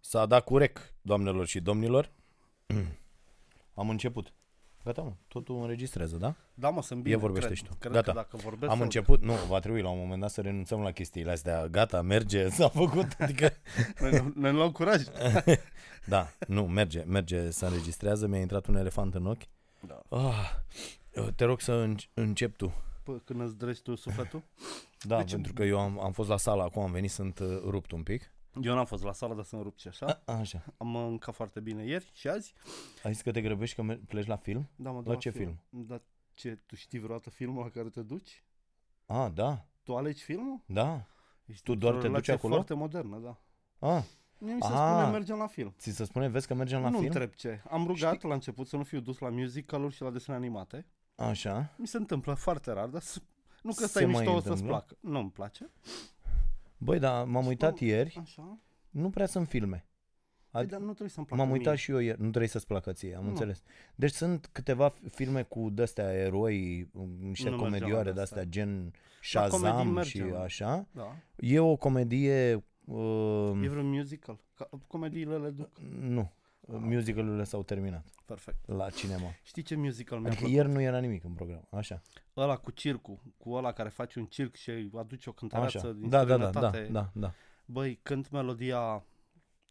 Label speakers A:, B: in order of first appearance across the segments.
A: S-a dat cu rec, doamnelor și domnilor. Am început. Gata, mă, totul înregistrează, da?
B: Da, mă, sunt bine.
A: E, vorbește
B: cred,
A: și tu.
B: Cred
A: Gata.
B: că dacă vorbesc...
A: Am
B: sau-
A: început, nu, va trebui la un moment dat să renunțăm la chestiile astea. Gata, merge, s-a făcut, adică...
B: Ne, ne luăm curaj.
A: Da, nu, merge, merge, se înregistrează, mi-a intrat un elefant în ochi.
B: Da.
A: Ah, te rog să înc- încep tu.
B: Pă, când îți drăgi tu sufletul?
A: Da,
B: Deci-
A: pentru că eu am, am fost la sală acum, am venit, sunt uh, rupt un pic.
B: Eu n-am fost la sală, dar sunt rupt și așa.
A: A, așa.
B: Am mâncat foarte bine ieri și azi.
A: Ai zis că te grăbești că mer- pleci la film?
B: Da, mă, duc
A: La ce
B: Da, ce, tu știi vreodată filmul la care te duci?
A: A, da,
B: Tu alegi filmul?
A: da.
B: Ești
A: Tu
B: într-o
A: doar te duci
B: relație
A: acolo?
B: foarte modernă, da.
A: A,
B: Mie mi se
A: Ah.
B: spune mergem la film.
A: ți se spune, vezi că mergem la
B: nu
A: film?
B: întreb ce. Am rugat la început să nu fiu dus la musical-uri și la desene animate.
A: Așa.
B: Mi se întâmplă foarte rar, dar s- nu că
A: Se
B: stai
A: mai
B: mișto o să-ți
A: întâmplă?
B: placă. Nu îmi place.
A: Băi, da, m-am uitat ieri,
B: Așa.
A: nu prea sunt filme.
B: Păi,
A: Ad-
B: dar nu trebuie să-mi placă
A: M-am uitat
B: mie.
A: și eu ieri, nu trebuie să-ți placă ție, am
B: Nu.
A: înțeles. Deci sunt câteva f- filme cu d-astea eroi, niște
B: Nu mergeam la
A: comedioare
B: de-astea.
A: de-astea, gen
B: comedii
A: Shazam și
B: mergeam.
A: așa.
B: Da.
A: E o comedie... Uh,
B: E vreun musical. Ca, comediile le duc.
A: Nu, musicalurile s-au terminat
B: Perfect.
A: la cinema.
B: Știi ce musical mi-a
A: Adică
B: plăcut?
A: ieri nu era nimic în program, așa.
B: Ăla cu circul, cu ăla care face un circ și aduce o cântăreață
A: Așa.
B: din
A: Da, da, da, da,
B: străinătate.
A: da, da.
B: Băi, cânt melodia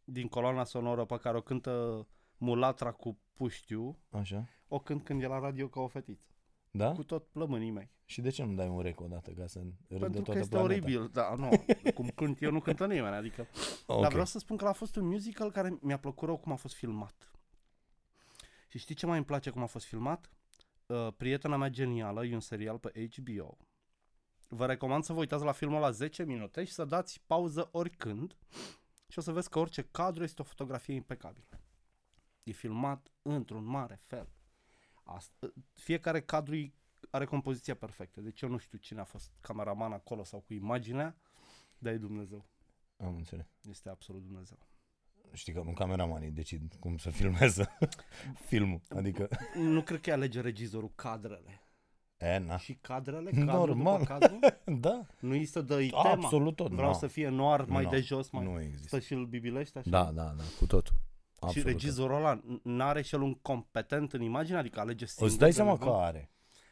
B: din coloana sonoră pe care o cântă mulatra cu puștiu,
A: Așa.
B: o cânt când e la radio ca o fetiță.
A: Da?
B: Cu tot plămânii mei.
A: Și de ce nu dai un rec o dată ca să râdă
B: Pentru
A: toată
B: că este
A: planeta?
B: oribil. Da, nu. Cum cânt eu, nu cântă nimeni. Adică
A: Okay.
B: Dar vreau să spun că a fost un musical care mi-a plăcut rău cum a fost filmat. Și știi ce mai îmi place cum a fost filmat? Uh, Prietena mea genială e un serial pe HBO. Vă recomand să vă uitați la filmul la 10 minute și să dați pauză oricând și o să vezi că orice cadru este o fotografie impecabilă. E filmat într-un mare fel. Asta, fiecare cadru e- are compoziția perfectă. Deci eu nu știu cine a fost cameraman acolo sau cu imaginea, dar e Dumnezeu.
A: Am înțeles.
B: Este absolut Dumnezeu.
A: Știi că nu cameramanii decid cum să filmeze filmul. Adică,
B: Nu cred că alege regizorul cadrele.
A: e, na.
B: Și cadrele, cadrul
A: Da. Normal.
B: după cadru,
A: Da,
B: nu îi stă dă tema.
A: absolut tot.
B: Vreau
A: na.
B: să fie noir mai
A: Nu.
B: de jos, mai
A: Nu există.
B: stă și îl bibilește așa.
A: Da, da, da, cu totul.
B: și
A: Absolut.
B: regizorul ăla n- n-are și el un competent în imagine, adică alege
A: tot.
B: singur.
A: Îți dai
B: pe
A: seama
B: nebun?
A: că are.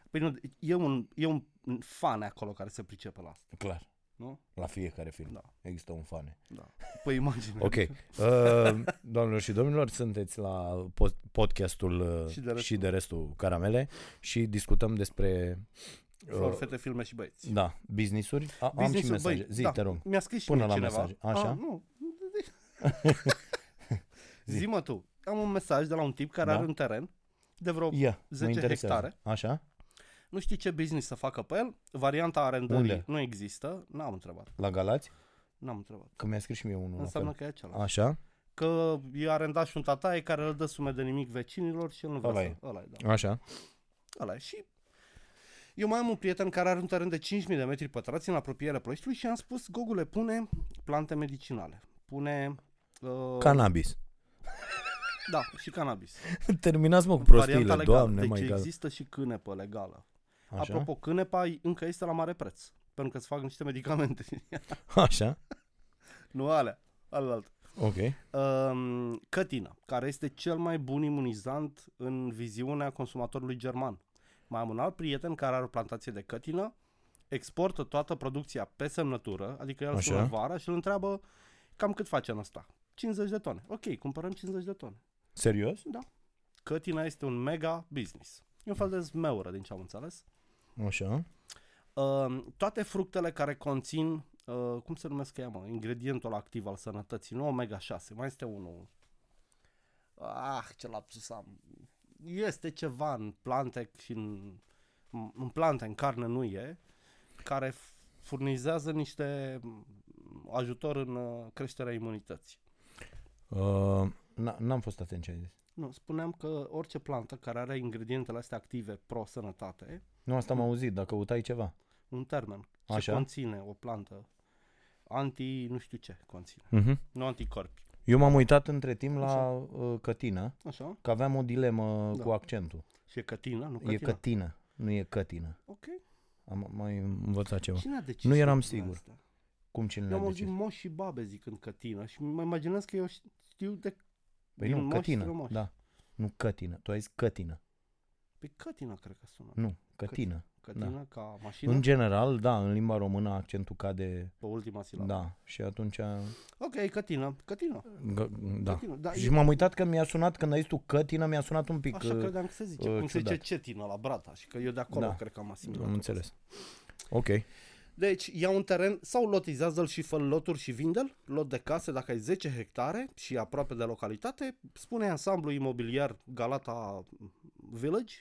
B: Păi nu, e un, e un fan acolo care se pricepe la asta,
A: Clar.
B: nu?
A: La fiecare film.
B: Da,
A: Există un fane.
B: da. Păi imagine.
A: Ok. Uh, doamnelor și domnilor, sunteți la pod- podcastul uh,
B: Și de restul.
A: și de restul Caramele și discutăm despre
B: Flori, fete, filme și băieți.
A: da, businessuri. A, uh, am și
B: Business-ul,
A: mesaje.
B: băi,
A: Zi,
B: da.
A: te rog.
B: Mi-a scris și
A: Până
B: mie
A: la
B: cineva.
A: mesaje. Așa.
B: A, nu.
A: Zi.
B: Zi. mă tu. Am un mesaj de la un tip care
A: Da.
B: are un teren de vreo
A: Ia, mă
B: 10
A: interesează.
B: hectare.
A: Așa?
B: Nu știi ce business să facă pe el. Varianta arendării
A: Unde?
B: nu există. N-am întrebat.
A: La Galați?
B: N-am întrebat.
A: Că mi-a scris și mie unul. la
B: Înseamnă
A: fel.
B: că e acela.
A: Așa?
B: Că e arendat și un tataie care îl dă sume de nimic vecinilor și el nu vrea
A: Ăla
B: să...
A: e.
B: Ăla e, da.
A: Așa.
B: Ăla e. Și eu mai am un prieten care are un teren de 5.000 de metri pătrați în apropierea Ploieștiului și am spus, Gogule, pune plante medicinale. Pune... Uh,
A: Cannabis.
B: da, și cannabis.
A: Terminați mă cu
B: Varianta
A: prostiile,
B: legală.
A: doamne,
B: deci
A: mai gal.
B: există și cânepă legală.
A: Așa?
B: Apropo, cânepa e- încă este la mare preț. Pentru că îți fac niște medicamente.
A: Așa?
B: nu alea, alalt.
A: Ok.
B: Um, cătină, care este cel mai bun imunizant în viziunea consumatorului german. Mai am un alt prieten care are o plantație de cătină, exportă toată producția pe semnătură, adică el
A: Așa.
B: sună vara și îl întreabă cam cât face în asta. 50 de tone. Ok, cumpărăm 50 de tone.
A: Serios?
B: Cătina este un mega business. E un fel de zmeură, din ce am înțeles.
A: Așa.
B: Um, toate fructele care conțin, uh, cum se numesc ea, mă, ingredientul ăla activ al sănătății, nu omega-6, mai este unul. Ah, ce lapsus am. Este ceva în plante și în, în plante, în carne nu e, care f- furnizează niște mm, ajutor în uh, creșterea imunității.
A: Uh, n- n-am fost atent ce ai zis.
B: Nu, spuneam că orice plantă care are ingredientele astea active pro-sănătate,
A: Nu, asta am auzit, dacă căutai ceva.
B: un termen. Ce
A: Așa.
B: conține o plantă? Anti, nu știu ce conține.
A: Uh-huh.
B: Nu anticorpi.
A: Eu m-am uitat între timp la uh, Cătină,
B: Așa?
A: că aveam o dilemă
B: Da.
A: da. cu accentul.
B: Și e cătină, nu
A: Cătina. E
B: cătină.
A: Cătină, nu e Cătină.
B: Ok.
A: Am mai învățat ceva.
B: Cine a decis?
A: Nu eram
B: lucrurile
A: sigur.
B: astea?
A: Cum cine
B: Eu am
A: le
B: auzit
A: zice?
B: moși și babe zicând cătină și mă imaginez că eu știu de
A: Păi
B: din
A: nu,
B: moși
A: cătină,
B: strămoși.
A: da. Nu cătină, tu ai zis cătină.
B: Pe Păi cătină cred că sună.
A: Nu, cătină.
B: Cătină da. ca mașină
A: În general, da, în limba română accentul cade,
B: pe ultima silabă.
A: da, și atunci,
B: Ok, cătină, cătină.
A: gă- da.
B: cătină. Da,
A: Și
B: eu-
A: m-am uitat că mi-a sunat, când ai zis tu cătină, mi-a sunat un pic,
B: Așa
A: uh,
B: credeam că se zice.
A: uh,
B: Cum se zice
A: ciudat.
B: cetină la brata și că eu de acolo
A: Da.
B: cred că am asimilat.
A: am înțeles. Ok,
B: Deci, ia un teren sau lotizează-l și fă loturi și vinde-l, lot de case dacă ai 10 hectare și e aproape de localitate, spune ansamblu imobiliar Galata Village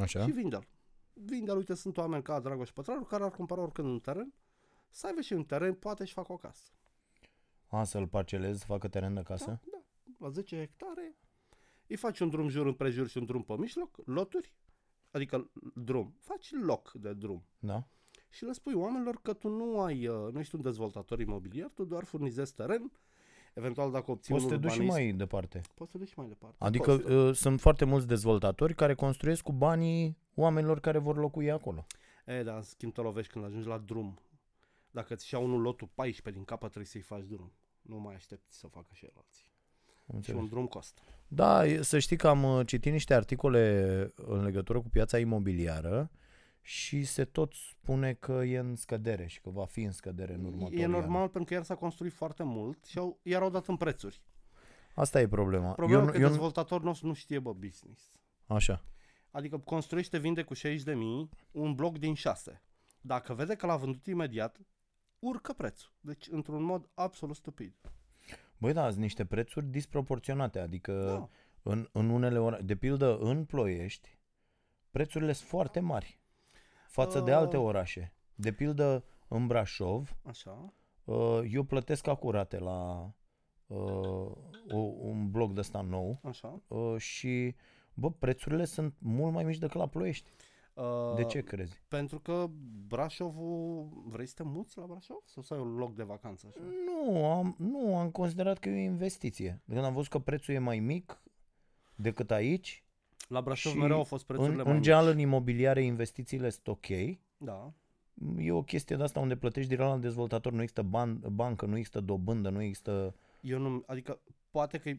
A: așa,
B: și vinde-l. Vinde-l, uite, sunt oameni ca Dragoș Pătraru care ar cumpăra oricând un teren, să aibă și un teren, poate și fac o casă. Da,
A: a, să-l parcelez, să facă teren de casă,
B: La 10 hectare îi faci un drum jur împrejur și un drum pe mijloc, loturi, adică drum, faci loc de drum.
A: da?
B: și le spui oamenilor că tu nu ai, uh, nu ești un dezvoltator imobiliar, tu doar furnizezi teren, eventual dacă obții
A: Poți
B: un
A: să te duci și
B: urbanist,
A: mai departe.
B: poți să te duci și mai departe.
A: Adică
B: Costă.
A: uh, sunt foarte mulți dezvoltatori care construiesc cu banii oamenilor care vor locui acolo.
B: E, da, în schimb te lovești când ajungi la drum. Dacă ți ia unul lotul 14 din capă, trebuie să-i faci drum. Nu mai aștepți să facă și el alții.
A: Am
B: Și
A: înțeles.
B: un drum costă.
A: Da, e- să știi că am uh, citit niște articole în legătură cu piața imobiliară și se tot spune că e în scădere și că va fi în scădere în următorii
B: E normal
A: ani.
B: pentru că iar s-a construit foarte mult și au, iar au dat în prețuri.
A: Asta e problema.
B: Problema
A: eu,
B: eu,
A: nu-
B: că
A: eu, nu-
B: dezvoltatorul nostru nu știe, bă, business.
A: Așa.
B: Adică construiește, vinde cu 60 de mii un bloc din 6. Dacă vede că l-a vândut imediat, urcă prețul. Deci, într-un mod absolut stupid.
A: Uh. Băi, da, sunt niște prețuri disproporționate, adică
B: Da.
A: în, în unele ora, de pildă în Ploiești, prețurile sunt foarte mari față de
B: Ah.
A: alte orașe. De pildă în Brașov,
B: Așa.
A: Uh, eu plătesc acurate la uh, o, un bloc de ăsta nou
B: Așa.
A: uh, și bă, prețurile sunt mult mai mici decât la Ploiești.
B: Uh,
A: De ce crezi?
B: Pentru că Brașovul... Vrei să te muți la Brașov? Sau să ai un loc de vacanță? Așa?
A: Nu, am, nu, am considerat că e o investiție. Când am văzut că prețul e mai mic decât aici,
B: La Brașov
A: Și
B: mereu au fost prețurile
A: în,
B: mai
A: în
B: mici.
A: general în imobiliare investițiile sunt ok.
B: Da.
A: E o chestie de asta unde plătești direct la dezvoltator, nu există ban, bancă, nu există dobândă, nu există...
B: Eu nu... Adică, poate că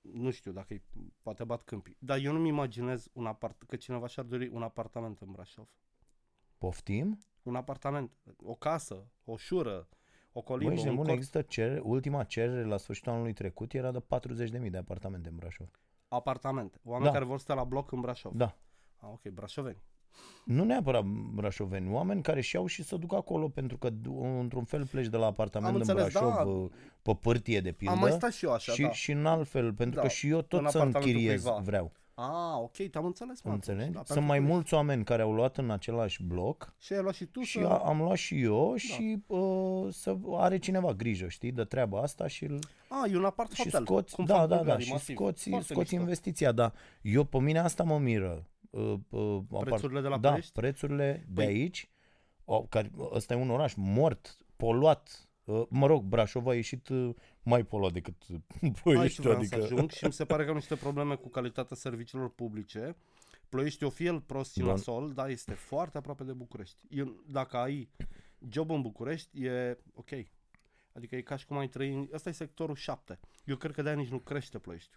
B: nu știu dacă e, poate bat câmpii, dar eu nu-mi imaginez un apart, că cineva și-ar dori un apartament în Brașov.
A: Poftim?
B: un apartament, o casă, o șură,
A: Băi,
B: o colimbă,
A: ești
B: un
A: nebun,
B: cort,
A: există cerere, ultima cerere la sfârșitul anului trecut era de 40.000 de apartamente în Brașov.
B: apartamente. Oameni
A: Da.
B: care vor să stea la bloc în Brașov.
A: Da.
B: Ah, ok, brașoveni.
A: Nu neapărat brașoveni, oameni care și iau și să duc acolo pentru că du- într-un fel pleci de la apartament în
B: Am înțeles,
A: Brașov
B: da.
A: uh, pe pârtie de
B: Am
A: pildă
B: mai stat și eu așa,
A: și,
B: da.
A: și în alt fel, pentru
B: Da,
A: că și eu
B: în
A: tot să
B: apartamentul
A: închiriez
B: privat.
A: vreau.
B: Ah, ok, te-am înțeles, mă. atunci.
A: Înțelegi?
B: Da,
A: Sunt
B: pentru
A: mai
B: că-
A: mulți oameni care au luat în același bloc
B: Și ai luat și tu
A: și
B: să...
A: a, am luat și eu
B: Da.
A: și uh, să are cineva grijă, știi, de treaba asta și îl
B: Ah, e un apart
A: și
B: hotel.
A: scoți,
B: cum
A: da,
B: fac
A: da, da,
B: bulgarii,
A: și
B: masiv.
A: scoți,
B: Foarte
A: scoți
B: mișto.
A: investiția, da. Eu pe mine asta mă miră. Uh, uh, apar-
B: Prețurile de la
A: da,
B: Ploiești?
A: prețurile de
B: Păi-
A: aici, o, care, ăsta e un oraș mort, poluat, uh, mă rog, Brașov a ieșit uh, mai poluat decât uh,
B: Aici
A: Ploiești,
B: vreau să
A: adică...
B: ajung și mi se pare că am niște probleme cu calitatea serviciilor publice. Ploiești o fie el prost și
A: Da.
B: nasol, dar este foarte aproape de București. Eu, dacă ai job în București, e ok. Adică e ca și cum ai trăi... în- Ăsta e sectorul 7. Eu cred că de-aia nici nu crește Ploiești.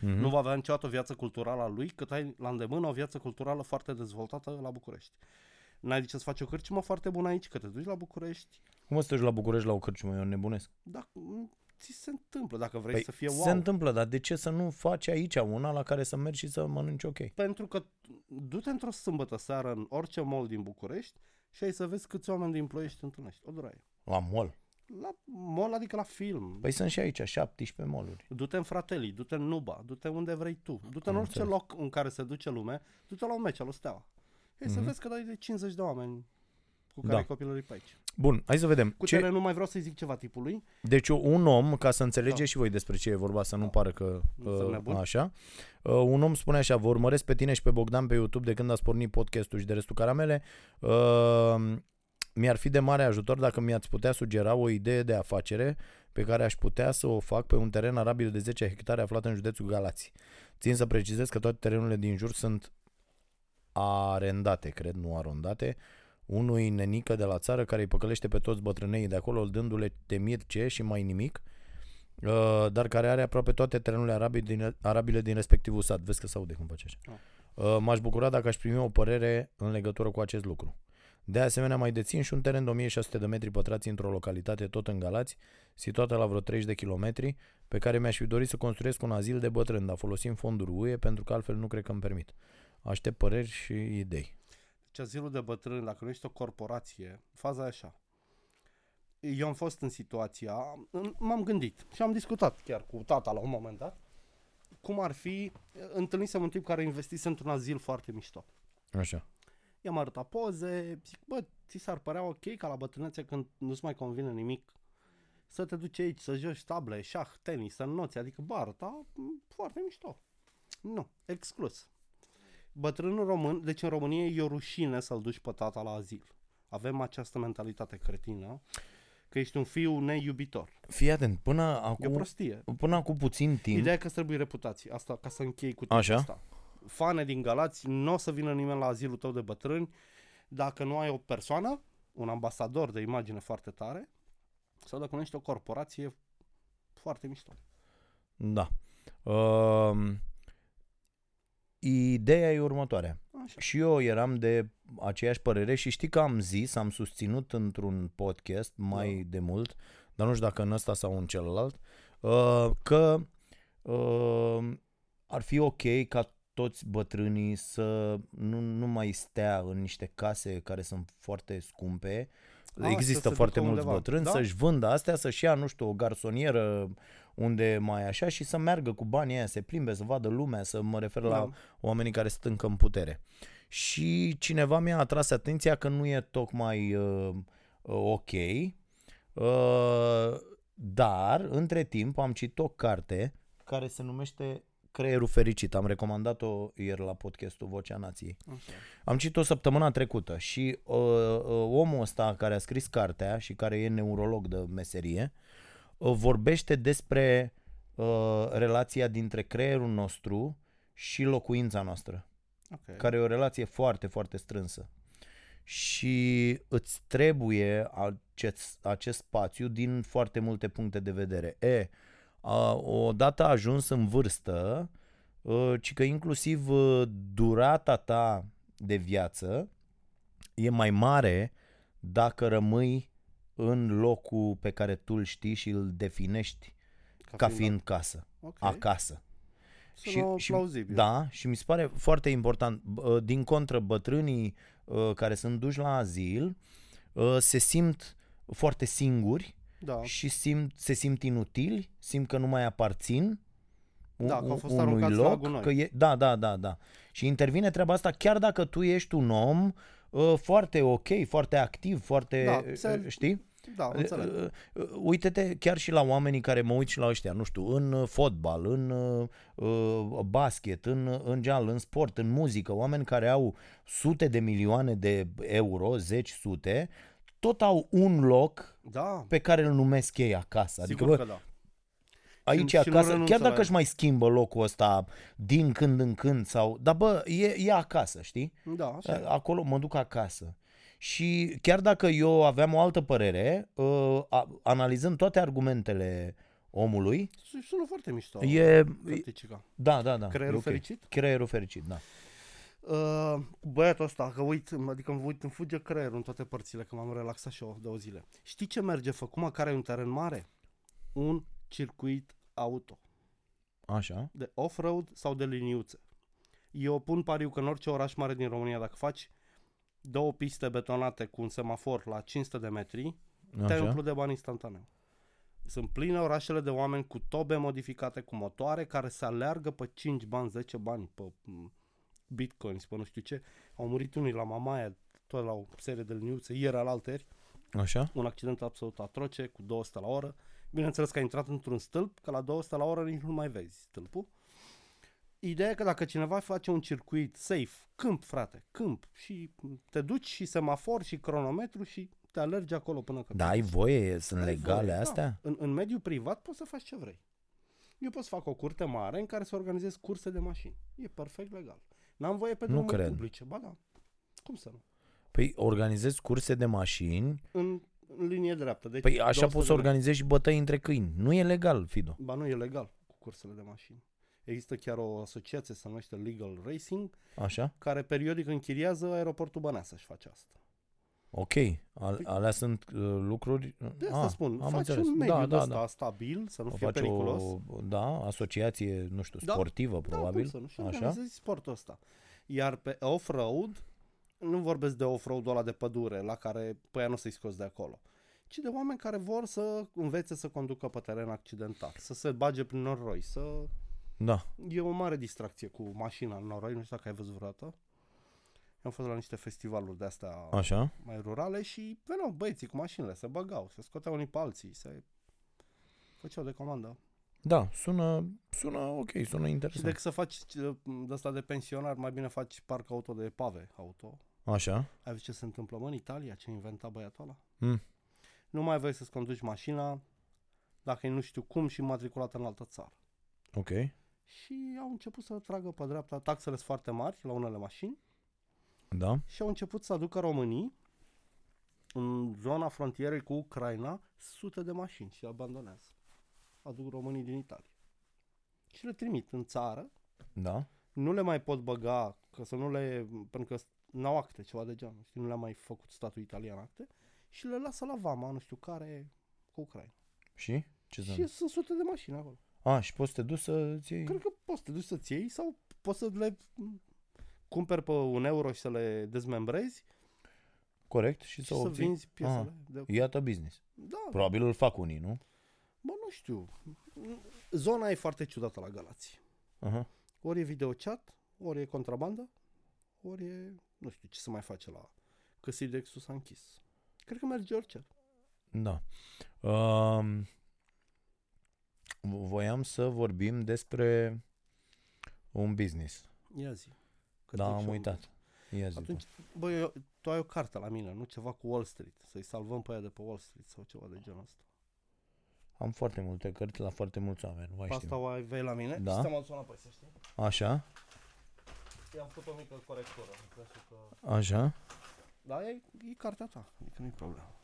A: Mhm.
B: Nu va avea niciodată o viață culturală a lui, cât ai la îndemână o viață culturală foarte dezvoltată la București. N-ai de ce să faci o cârciumă foarte bună aici, că te duci la București.
A: Cum o să te duci la București la o cârciumă, eu nebunesc?
B: Dacă ți se întâmplă, dacă vrei
A: Păi,
B: să fie wow.
A: se întâmplă, dar de ce să nu faci aici una la care să mergi și să mănânci ok?
B: Pentru că du-te într-o sâmbătă seară în orice mall din București și ai să vezi câți oameni din Ploiești te întâlnești. O draie.
A: La mall.
B: La mall, adică la film. Păi.
A: Păi sunt și aici 17 mall-uri.
B: Du-te în Fratelli, du-te în Nuba, du-te unde vrei tu. Du-te în
A: Am
B: orice
A: înțeles.
B: loc în care se duce lume, du-te la un meci al lui Steaua. Ei să
A: Mhm.
B: vezi că dai de 50 de oameni cu care
A: Da.
B: ai copilării pe aici.
A: Bun, hai să vedem.
B: Cu ce? nu mai vreau să-i zic ceva tipului.
A: Deci un om, ca să înțelegeți
B: Da.
A: și voi despre ce e vorba, să nu pară că
B: Nu sunt
A: uh,
B: nebun.
A: așa, uh, un om spune așa, vă urmăresc pe tine și pe Bogdan pe YouTube de când ați pornit podcastul și de restul caramele, uh, mi-ar fi de mare ajutor dacă mi-ați putea sugera o idee de afacere pe care aș putea să o fac pe un teren arabil de 10 hectare aflat în județul Galați. Țin să precizez că toate terenurile din jur sunt arendate, cred, nu arondate, unui nenică de la țară care îi păcălește pe toți bătrâneii de acolo, dându-le temir ce și mai nimic, uh, dar care are aproape toate terenurile arabi din, arabile din respectivul sat. Vezi că se aude cum face așa.
B: Ah.
A: Uh, M-aș bucura dacă aș primi o părere în legătură cu acest lucru. De asemenea, mai dețin și un teren de 1600 de metri pătrați într-o localitate tot în Galați, situată la vreo 30 de kilometri, pe care mi-aș fi dorit să construiesc un azil de bătrân, dar folosim fonduri UE pentru că altfel nu cred că îmi permit. Aștept păreri și idei.
B: Deci azilul de bătrâni, dacă nu ești o corporație, faza e așa. Eu am fost în situația, în- m-am gândit și am discutat chiar cu tata la un moment dat, cum ar fi, întâlnisem un tip care investise într-un azil foarte mișto.
A: Așa.
B: I-am arătat poze, zic, bă, ți s-ar părea ok ca la bătrânețe când nu-ți mai convine nimic să te duci aici, să joci table, șah, tenis, să noți, adică bă, arăta m, foarte mișto. Nu, exclus. Bătrânul român, deci în România e o rușine să-l duci pe tata la azil. Avem această mentalitate cretină că ești un fiu neiubitor.
A: Fii atent, până
B: E o
A: acum,
B: prostie.
A: până acum puțin timp,
B: Ideea e că îți trebuie reputație. Asta ca să închei cu tipul
A: Așa.
B: Asta. Fane din Galați, nu o să vină nimeni la azilul tău de bătrâni dacă nu ai o persoană, un ambasador de imagine foarte tare sau dacă nu ești o corporație foarte mișto.
A: da. Uh, ideea e următoarea.
B: Așa.
A: Deci Și eu eram de aceeași părere și știi că am zis, am susținut într-un podcast mai da. de mult, dar nu știu dacă în ăsta sau în celălalt, uh, că uh, ar fi ok ca toți bătrânii să nu, nu mai stea în niște case care sunt foarte scumpe. A,
B: A, Ah, să
A: Există
B: se
A: foarte
B: ducă
A: mulți
B: undeva,
A: bătrâni
B: da?
A: da? să-și vândă astea, să-și ia, nu știu, o garsonieră unde mai așa și să meargă cu banii aia, să plimbe, să vadă lumea, să mă refer la
B: Da.
A: oamenii care sunt încă în putere. Și cineva mi-a atras atenția că nu e tocmai uh, uh, ok, uh, dar între timp am citit o carte care se numește Creierul Fericit. Am recomandat-o ieri la podcastul Vocea Nației.
B: Așa.
A: Am citit-o săptămâna trecută și uh, uh, omul ăsta care a scris cartea și care e neurolog de meserie uh, vorbește despre uh, relația dintre creierul nostru și locuința noastră,
B: Okay.
A: care e o relație foarte, foarte strânsă. Și îți trebuie acest, acest spațiu din foarte multe puncte de vedere. E, a, odată ajuns în vârstă, uh, ci că inclusiv uh, durata ta de viață e mai mare dacă rămâi în locul pe care tu îl știi și îl definești ca fiind casă,
B: okay.
A: acasă.
B: Sună
A: și-
B: plauzibil.
A: Da, și mi se pare foarte important. B- uh, Din contră, bătrânii uh, care sunt duși la azil uh, se simt foarte singuri
B: da.
A: și simt, se simt inutili, simt că nu mai aparțin u-
B: Da, că au
A: u-
B: fost
A: unui
B: aruncați la
A: loc.
B: gunoi.
A: Că e, da, da, da, da. Și intervine treaba asta chiar dacă tu ești un om uh, foarte ok, foarte activ, foarte,
B: Da,
A: uh,
B: se-
A: știi?
B: da, înțeleg.
A: Uh, uh, Uite-te chiar și la oamenii care mă uit și la ăștia, nu știu, în uh, fotbal, în uh, uh, basket, în, în general, în sport, în muzică, oameni care au sute de milioane de euro, zeci sute, tot au un loc
B: Da,
A: pe care îl numesc ei acasă. Adică,
B: sigur
A: bă,
B: că da.
A: aici
B: și nu
A: acasă,
B: renunță
A: chiar
B: la
A: dacă
B: el.
A: își mai schimbă locul ăsta din când în când sau... Dar, bă, e, e acasă, știi?
B: Da, așa. e.
A: Eh, Acolo mă duc acasă. Și chiar dacă eu aveam o altă părere, uh, a- analizând toate argumentele omului,
B: Sun- Sună foarte mișto.
A: e, e...
B: Carticica.
A: Da, da, da.
B: Creierul
A: e ok.
B: fericit?
A: Creierul fericit, da.
B: Uh, cu băiatul ăsta, că uit, adică îmi, uit, îmi fuge creierul în toate părțile, că m-am relaxat și eu două zile. Știi ce merge făcut, mă, care e un teren mare? Un circuit auto,
A: Așa.
B: de off-road sau de liniuțe. Eu pun pariu că în orice oraș mare din România, dacă faci două piste betonate cu un semafor la 500 de metri, te-ai
A: Așa.
B: umplut de bani instantaneu. Sunt pline orașele de oameni cu tobe modificate, cu motoare, care se aleargă pe 5 bani, 10 bani, pe m, bitcoins, pe nu știu ce. Au murit unii la Mamaia, tot la o serie de liniuțe, ieri al alteri,
A: Așa.
B: un accident absolut atroce, cu 200 la oră. Bineînțeles că a intrat într-un stâlp, că la 200 la oră nici nu mai vezi stâlpul. Ideea e că dacă cineva face un circuit safe, câmp, frate, câmp, și te duci și semafor și cronometru și te alergi acolo până că
A: Da, ai voie, sunt
B: ai
A: legale
B: voie, da.
A: astea?
B: În, în mediul privat poți să faci ce vrei. Eu pot să fac o curte mare în care să organizez curse de mașini. E perfect legal. N-am voie pe
A: Nu
B: drumuri
A: cred.
B: publice. Ba da. Cum să nu?
A: Păi organizezi curse de mașini,
B: În, în linie dreaptă. Deci
A: păi așa
B: 200
A: poți să
B: de metri.
A: organizezi și bătăi între câini. Nu e legal, Fido.
B: Ba nu, e legal cu cursele de mașini. Există chiar o asociație, se numește Legal Racing,
A: Așa?
B: care periodic închiriază aeroportul Băneasa și face asta.
A: Ok. Al, alea sunt uh, lucruri... Ah,
B: De asta spun, faci un mediu
A: da,
B: da,
A: da,
B: ăsta
A: da.
B: stabil, să nu
A: O
B: fie
A: faci
B: periculos.
A: o, da, asociație, nu știu,
B: Da,
A: sportivă probabil.
B: Da, cum să nu, și
A: așa?
B: organizezi sportul ăsta. Iar pe off-road, nu vorbesc de off-road-ul ăla de pădure, la care pe aia nu se-i scoți de acolo, ci de oameni care vor să învețe să conducă pe teren accidentat, să se bage prin noroi, să...
A: Da.
B: E o mare distracție cu mașina în noroi, nu știu dacă ai văzut vreodată. Eu am fost la niște festivaluri de-astea
A: Așa?
B: mai rurale și veneau băieții cu mașinile, se băgau, se scoteau unii pe alții, se făceau de comandă.
A: Da, sună, sună ok, sună
B: Și
A: interesant.
B: decât să faci uh, de asta de pensionar, mai bine faci parc auto de pave auto.
A: Așa?
B: Ai văzut ce se întâmplă, mă, în Italia? Ce inventa băiatul ăla?
A: Mm.
B: Nu mai vrei să-ți conduci mașina dacă e nu știu cum și matriculată în altă țară.
A: Ok.
B: Și au început să tragă pe dreapta taxele sunt foarte mari la unele mașini
A: Da?
B: și au început să aducă românii în zona frontierei cu Ucraina sute de mașini și le abandonează. Aduc românii din Italia. Și le trimit în țară
A: Da?
B: nu le mai pot băga, că să nu le, pentru că n-au acte, ceva de genul, știi, nu le-a mai făcut statul italian acte, și le lasă la vama, nu știu care, cu Ucraina.
A: Și? Ce
B: și
A: zămi?
B: sunt sute de mașini acolo.
A: A, și poți să te duci să-ți iei...
B: Cred că poți să te duci să-ți iei sau poți să le cumperi pe un euro și să le dezmembrezi
A: Corect și
B: și
A: să
B: să
A: obții. Ah.
B: vinzi piesele. De...
A: Iată business.
B: Da,
A: Probabil îl fac unii, nu?
B: bă, nu știu. Zona e foarte ciudată la Galați.
A: Aha.
B: Ori e videochat, ori e contrabandă, ori e... Nu știu ce se mai face la... Că Sidexul s-a închis. Cred că merge orice.
A: Da. Um, voiam să vorbim despre un business.
B: Ia zi. Că
A: Dar
B: tot
A: Da, am
B: și-am-
A: uitat. Ia zi da.
B: Atunci, bă, eu, tu ai o carte la mine, nu ceva cu Wall Street. Să-i salvăm pe aia de pe Wall Street sau ceva de genul ăsta.
A: Am foarte multe cărți la foarte mulți oameni, mai
B: Pe Asta
A: știu.
B: o ai vei la mine
A: Da.
B: și te-am adunat pe să știi?
A: Așa,
B: I-am făcut o mică corectură. pentru Că...
A: așa.
B: Da, e, e cartea ta, adică nu-i problemă.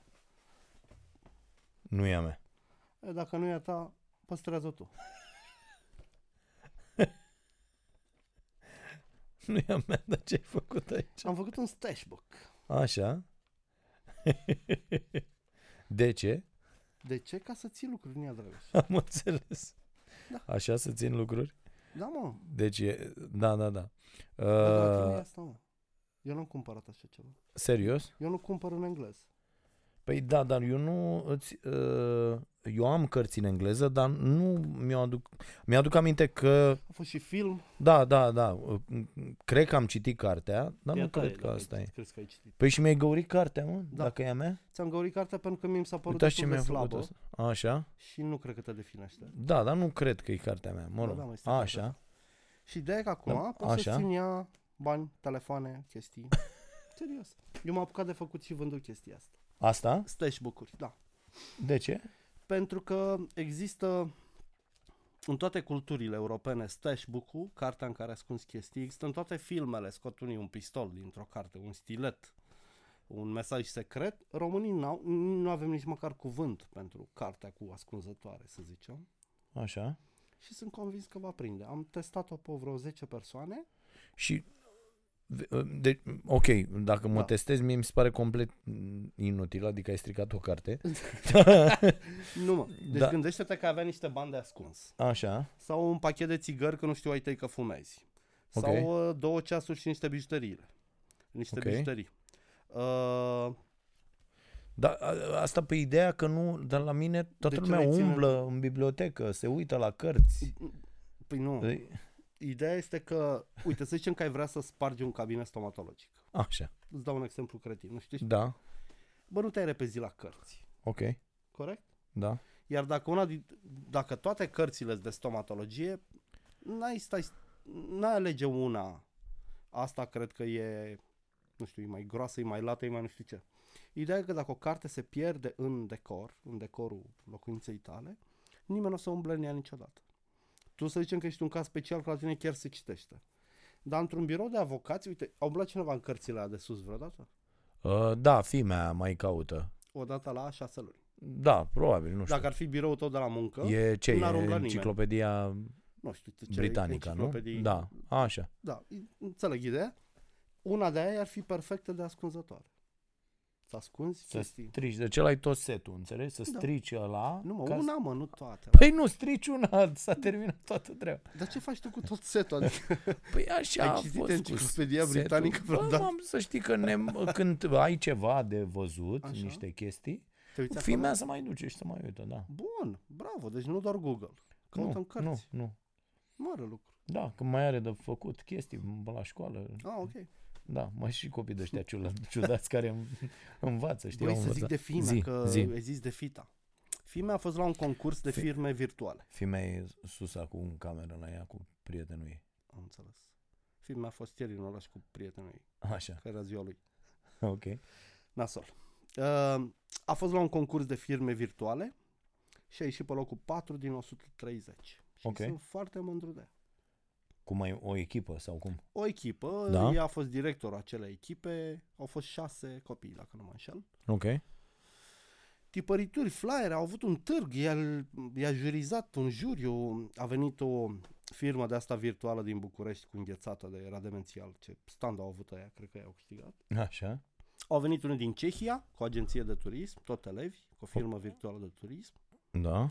A: Nu e a mea.
B: E, dacă nu e a ta, păstrează tu.
A: Nu e a mea, dar ce ai făcut aici?
B: Am făcut un stashbook.
A: Așa. De ce?
B: De ce? Ca să ții lucruri în ea, Dragoș.
A: Am înțeles.
B: Da.
A: Așa să țin lucruri?
B: Da, mă.
A: Deci, e- da, da, da.
B: Dar de la tine e
A: Uh,
B: asta, mă. Eu n-am cumpărat așa ceva.
A: serios?
B: Eu nu cumpăr în engleză.
A: Păi da, dar eu nu îți, uh, eu am cărți în engleză, dar nu mi-o aduc, mi-aduc aminte că,
B: A fost și film.
A: da, da, da, uh, cred că am citit cartea, dar
B: E a
A: nu
B: ta,
A: Da, cred că
B: dacă ai
A: asta e.
B: citit, deci Crezi că ai citit.
A: Păi și mi-ai găurit cartea, mă,
B: Da.
A: dacă e a mea?
B: Ți-am găurit cartea pentru că mi s-a părut
A: Uitați ce
B: destul de
A: mi-a făcut
B: slabă
A: asta. Așa?
B: și nu cred că te definește.
A: Da, dar nu cred că e cartea mea, mă
B: Da,
A: rog.
B: da, mă, este cartea
A: Așa,
B: Și de că acum
A: Da,
B: da, poți
A: așa.
B: să țin ea bani, telefoane, chestii. Serios. Eu m-am apucat de făcut și vândut chestia asta.
A: asta?
B: Stashbook-uri, da.
A: De ce?
B: Pentru că există în toate culturile europene stashbook-ul, cartea în care ascunzi chestii, există în toate filmele, scot unii un pistol dintr-o carte, un stilet, un mesaj secret. Românii n-au, nu avem nici măcar cuvânt pentru cartea cu ascunzătoare, să zicem.
A: Așa.
B: Și sunt convins că va prinde. Am testat-o pe vreo 10 persoane.
A: Și ă, de, ok, dacă mă
B: Da.
A: testez, mie mi se pare complet mm, inutil, adică ai stricat o carte.
B: Nu mă. Deci
A: Da.
B: da. gândește-te că avea niște bani de ascuns.
A: Așa,
B: Sau un pachet de țigări că nu știu ai tăi că fumezi.
A: Ok.
B: Sau uh, două ceasuri și niște bijuterii. Niște
A: Ok.
B: okay. bijuterii. Uh,
A: dar a- asta pe ideea că nu, dar la mine toată
B: ce
A: lumea
B: mai ține-
A: umblă în bibliotecă, se uită la cărți.
B: păi nu.
A: Ei,
B: Ideea este că, uite, să zicem că ai vrea să spargi un cabinet stomatologic.
A: Așa,
B: Îți dau un exemplu cretin. Nu știi?
A: da,
B: Bă, nu te-ai repezi la cărți.
A: ok,
B: Corect?
A: da.
B: Iar dacă, una din, dacă toate cărțile sunt de stomatologie, n-ai, stai, n-ai alege una. Asta cred că e, nu știu, e mai groasă, e mai lată, e mai nu știu ce. Ideea e că dacă o carte se pierde în decor, în decorul locuinței tale, nimeni nu o să umble în ea niciodată. Tu să zicem că ești un caz special, că la tine chiar se citește. Dar într-un birou de avocați, uite, a umblat cineva în cărțile alea de sus vreodată?
A: Uh, da, fimea mai caută.
B: odată la șase luni.
A: Da, probabil, nu știu.
B: Dacă ar fi birou tot de la muncă, e...
A: E ce
B: n-ar
A: e
B: umbla nimeni.
A: enciclopedia
B: nu știu ce
A: britanică, nu?
B: enciclopedii-
A: Da, așa.
B: da. i- Înțeleg ideea. Una de aia ar fi perfectă de ascunzătoare. Să ascunzi
A: Să
B: chestii.
A: strici, de ce ai tot setul, înțelegi? Să
B: Da.
A: strici ăla.
B: Nu mă,
A: ca să-
B: una mă, nu toate.
A: Păi nu, strici una, s-a terminat toată treaba.
B: Dar ce faci tu cu tot setul? Adică
A: Păi așa
B: Ai
A: a
B: citit
A: fost cu
B: Enciclopedia
A: setul.
B: Britanică
A: Bă,
B: vreodată?
A: am să știi că ne, când ai ceva de văzut,
B: Așa.
A: așa. niște chestii,
B: te uiți acolo?
A: fimea să mai duce și să mai uită, da.
B: Bun, bravo, deci nu doar Google. Caută în
A: nu,
B: cărți.
A: nu, nu.
B: Mare lucru.
A: Da, că mai are de făcut chestii bă, la școală.
B: Ah, ok.
A: Da, mai și copii de ăștia ciulă- ciudați care în- învață, știi?
B: Băi,
A: au
B: să zic
A: învățat.
B: de fimea,
A: Zi,
B: că
A: zi.
B: ai zis de fita. Fimea a fost la un concurs de
A: Fi-
B: firme virtuale.
A: Fimea e sus acum în cameră la ea cu prietenul ei.
B: Am înțeles. Fimea a fost ieri în oraș cu prietenul ei,
A: Așa,
B: care era ziua lui.
A: ok.
B: Nasol. Uh, a fost la un concurs de firme virtuale și a ieșit pe locul 4 din 130. Și
A: Ok.
B: sunt foarte mândru de ea.
A: Cum ai o echipă sau cum?
B: O echipă, da?
A: Da.
B: ea a fost directorul acelei echipe, au fost șase copii, dacă nu mă înșel.
A: Ok.
B: tipărituri, flyere, au avut un târg, i-a, i-a jurizat un juriu, a venit o firmă de asta virtuală din București cu înghețată de era demențial, ce stand au avut aia, cred că i-au câștigat.
A: Așa.
B: Au venit unul din Cehia, cu o agenție de turism, tot elevi, cu o firmă virtuală de turism.
A: Da.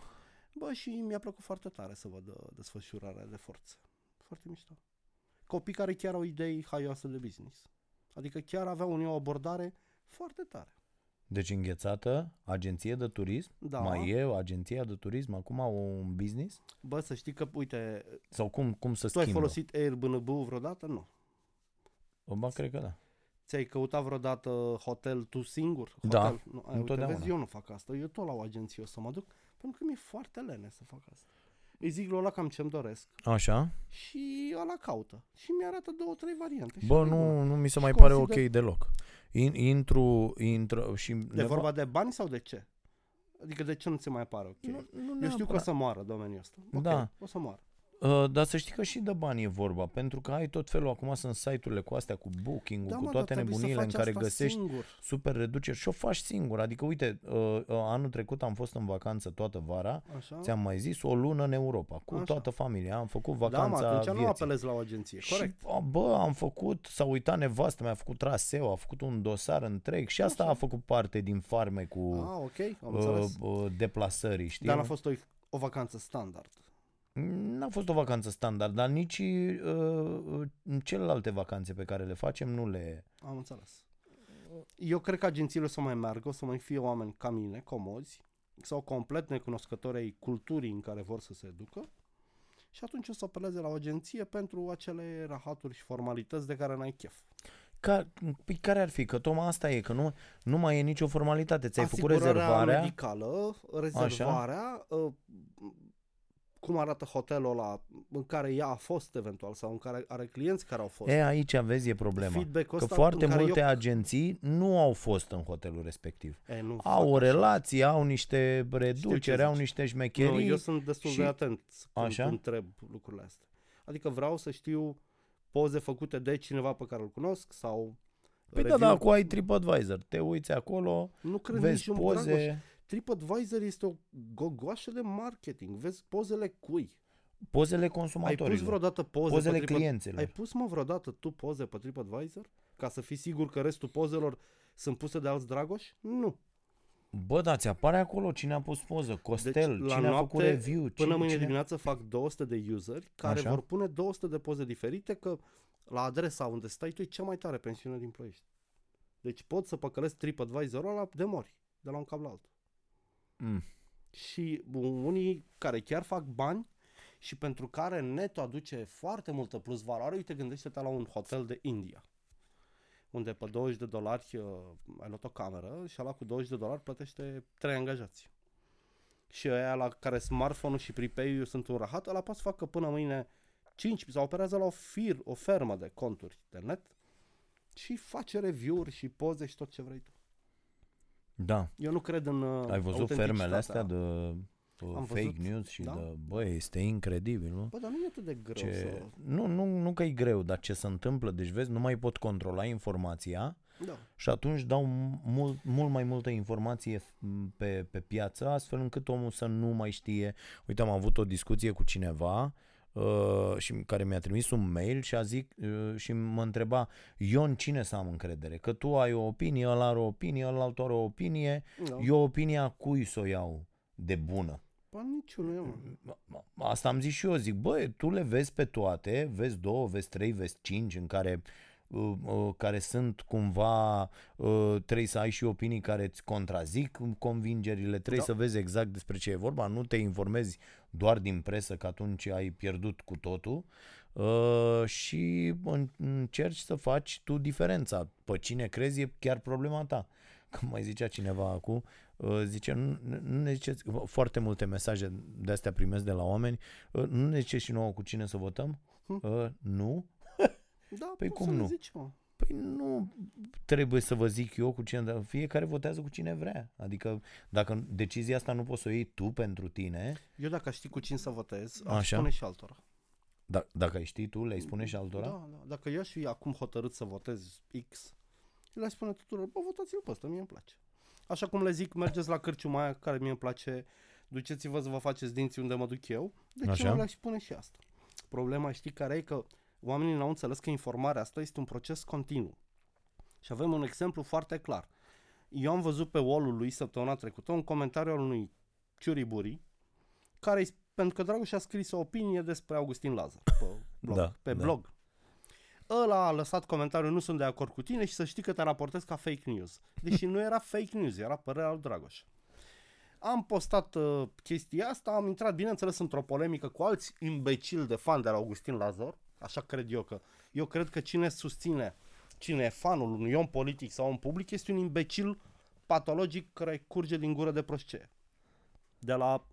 B: Bă, și mi-a plăcut foarte tare să văd uh, desfășurarea de forță. Foarte mișto. Copii care chiar au idei haioase de business. Adică chiar aveau unii o abordare foarte tare.
A: Deci înghețată, agenție de turism.
B: Da.
A: Mai e o agenție de turism acum, o- un business?
B: Bă, să știi că, uite,
A: Sau cum, cum să
B: Tu ai
A: schimbă?
B: folosit Airbnb vreodată? Nu.
A: Ba, cred că da.
B: Ți-ai căutat vreodată hotel tu singur? Hotel?
A: Da,
B: Nu, ai, uite,
A: întotdeauna.
B: vezi, eu nu fac asta. Eu tot la o agenție o să mă duc, pentru că mi-e foarte lene să fac asta. Îi zic lui ăla cam ce-mi doresc
A: Așa.
B: și ăla caută. Și mi arată două, trei variante. Și
A: Bă,
B: zic, bună.
A: nu, nu mi se
B: Și
A: mai pare
B: consider-
A: ok deloc. In, intru, intră și...
B: De vorba de bani sau de ce? Adică de ce nu ți mai apare ok?
A: Nu, nu
B: eu știu că o
A: neapărat.
B: să moară domeniul ăsta. Ok,
A: Da.
B: O să moară.
A: Uh, dar să știi că și de bani e vorba, pentru că ai tot felul, acum sunt site-urile cu astea, cu booking-ul, cu
B: Da, mă,
A: toate
B: dar trebuie să
A: nebunile în
B: faci
A: care
B: asta
A: găsești
B: Singur.
A: super reduceri și o faci singur. Adică, uite, uh, uh, anul trecut am fost în vacanță toată vara,
B: Așa?
A: ți-am mai zis, o lună în Europa, cu
B: Așa.
A: toată familia, am făcut
B: Da, mă,
A: vacanța
B: atunci
A: vieții.
B: nu apelezi la o agenție. Corect.
A: Și, a, bă, am făcut, s-a uitat nevastă, mi-a făcut traseu, a făcut un dosar întreg și asta a făcut parte din farme cu
B: Ah, ok, am
A: uh,
B: înțeles.
A: uh, deplasării, știi?
B: Dar a fost o, o vacanță standard.
A: N-a fost o vacanță standard, dar nici uh, uh, celelalte vacanțe pe care le facem nu le...
B: Am înțeles. Eu cred că agențiile o să mai meargă, o să mai fie oameni ca mine, comozi, sau complet necunoscători ai culturii în care vor să se ducă și atunci o să apeleze la o agenție pentru acele rahaturi și formalități de care n-ai chef.
A: Ca, păi care ar fi? Că tocmai asta e, că nu, nu mai e nicio formalitate. Ți-ai făcut
B: Asigurarea
A: rezervarea?
B: medicală, rezervarea, uh, cum arată hotelul ăla în care ea a fost eventual sau în care are clienți care au fost.
A: E, aici vezi, e problema.
B: Feedback-ul
A: Că
B: ăsta
A: foarte
B: în care
A: multe
B: eu-
A: eu... agenții nu au fost în hotelul respectiv.
B: E, nu,
A: Au o relație, au niște reduceri, au
B: zici.
A: niște șmecherii.
B: Nu, eu sunt destul
A: și-
B: de atent când
A: Așa?
B: întreb lucrurile astea. Adică vreau să știu poze făcute de cineva pe care îl cunosc sau
A: Păi da,
B: review.
A: da, cu ai TripAdvisor. Te uiți acolo,
B: nu cred
A: vezi
B: niciun Dragoș.
A: poze.
B: TripAdvisor este o gogoașă de marketing. Vezi pozele cui?
A: Pozele
B: Ai pus
A: consumatorilor,
B: vreodată poze
A: pozele
B: pe Trip-
A: clienților.
B: Ai pus mă vreodată tu poze pe TripAdvisor? Ca să fii sigur că restul pozelor sunt puse de alți Dragoș? Nu.
A: Bă, da, ți apare acolo cine a pus poză, Costel,
B: Deci, la
A: cine a făcut
B: noapte,
A: review, cine,
B: Până mâine
A: cine...
B: dimineață fac 200 de useri care Așa?
A: Așa.
B: vor pune 200 de poze diferite că la adresa unde stai tu e cea mai tare pensiune din Ploiești. Deci pot să păcălesc TripAdvisor-ul ăla de mori, de la un cap la altul.
A: Mm.
B: Și bun, unii care chiar fac bani și pentru care netul aduce foarte multă plus valoare, uite gândește-te la un hotel de India unde pe 20 de dolari uh, ai luat o cameră și ăla cu 20 de dolari plătește 3 angajați. Și ăia la care smartphone-ul și prepay-ul sunt un rahat, ăla poate să facă până mâine 5 sau operează la o, fir, o fermă de conturi de net și face review-uri și poze și tot ce vrei tu.
A: Da,
B: Eu nu cred în uh,
A: ai văzut fermele
B: autenticitatea.
A: astea de uh,
B: Am
A: fake
B: văzut,
A: news și
B: da.
A: de... Bă, este incredibil, nu?
B: Bă, dar nu e atât de greu
A: Ce...
B: să...
A: Nu, nu, nu că e greu, dar ce se întâmplă, deci vezi, nu mai pot controla informația
B: Da.
A: Și atunci dau mult, mult mai multă informație f- m, pe, pe piață, astfel încât omul să nu mai știe. Uite, am avut o discuție cu cineva uh, și care mi-a trimis un mail și a zic uh, și mă întreba eu în cine să am încredere? Că tu ai o opinie, ăla are o opinie, ăla altul are o opinie.
B: da.
A: Eu opinia cui să o iau de bună?
B: Pa, niciunul eu, mă.
A: Asta am zis și eu, zic, băi, tu le vezi pe toate, vezi două, vezi trei, vezi cinci în care, uh, uh, care sunt cumva, uh, trebuie să ai și opinii care îți contrazic convingerile, trebuie
B: Da.
A: să vezi exact despre ce e vorba, nu te informezi doar din presă că atunci ai pierdut cu totul uh, și în- încerci să faci tu diferența. Pe cine crezi e chiar problema ta. Că mai zicea cineva acum, uh, zice, nu, nu ne ziceți, bă, foarte multe mesaje de astea primesc de la oameni, uh, nu ne ziceți și nouă cu cine să votăm?
B: Hm.
A: Uh, Nu?
B: Da,
A: Păi
B: poți
A: cum
B: să le
A: nu?
B: Zici, mă.
A: Păi nu trebuie să vă zic eu cu cine, dar fiecare votează cu cine vrea. Adică dacă decizia asta nu poți să o iei tu pentru tine,
B: Eu dacă aș ști cu cine să votez, aș
A: Așa.
B: spune și altora.
A: da, dacă ai ști tu, le-ai spune și altora?
B: Da, da. Dacă eu aș fi acum hotărât să votez X, le spune tuturor, bă, votați-l pe ăsta, mie îmi place. Așa cum le zic, mergeți la cărciuma aia care mie îmi place, duceți-vă să vă faceți dinții unde mă duc eu, deci
A: Așa.
B: Așa. le-aș spune și asta. Problema știi care e că oamenii n-au înțeles că informarea asta este un proces continuu. Și avem un exemplu foarte clar. Eu am văzut pe wall-ul lui săptămâna trecută un comentariu al unui Ciuriburi, care îi- pentru că Dragoș a scris o opinie despre Augustin Lazar pe blog.
A: Da,
B: pe
A: da.
B: blog. Ăla a lăsat comentariul, nu sunt de acord cu tine și să știi că te raportez ca fake news. Deși nu era fake news, era părerea lui Dragoș. Am postat uh, chestia asta, am intrat, bineînțeles, într-o polemică cu alți imbecili de fan de la Augustin Lazar, așa cred eu că. Eu cred că cine susține, cine e fanul unui om politic sau om public, este un imbecil patologic care îi curge din gură de prostie. De la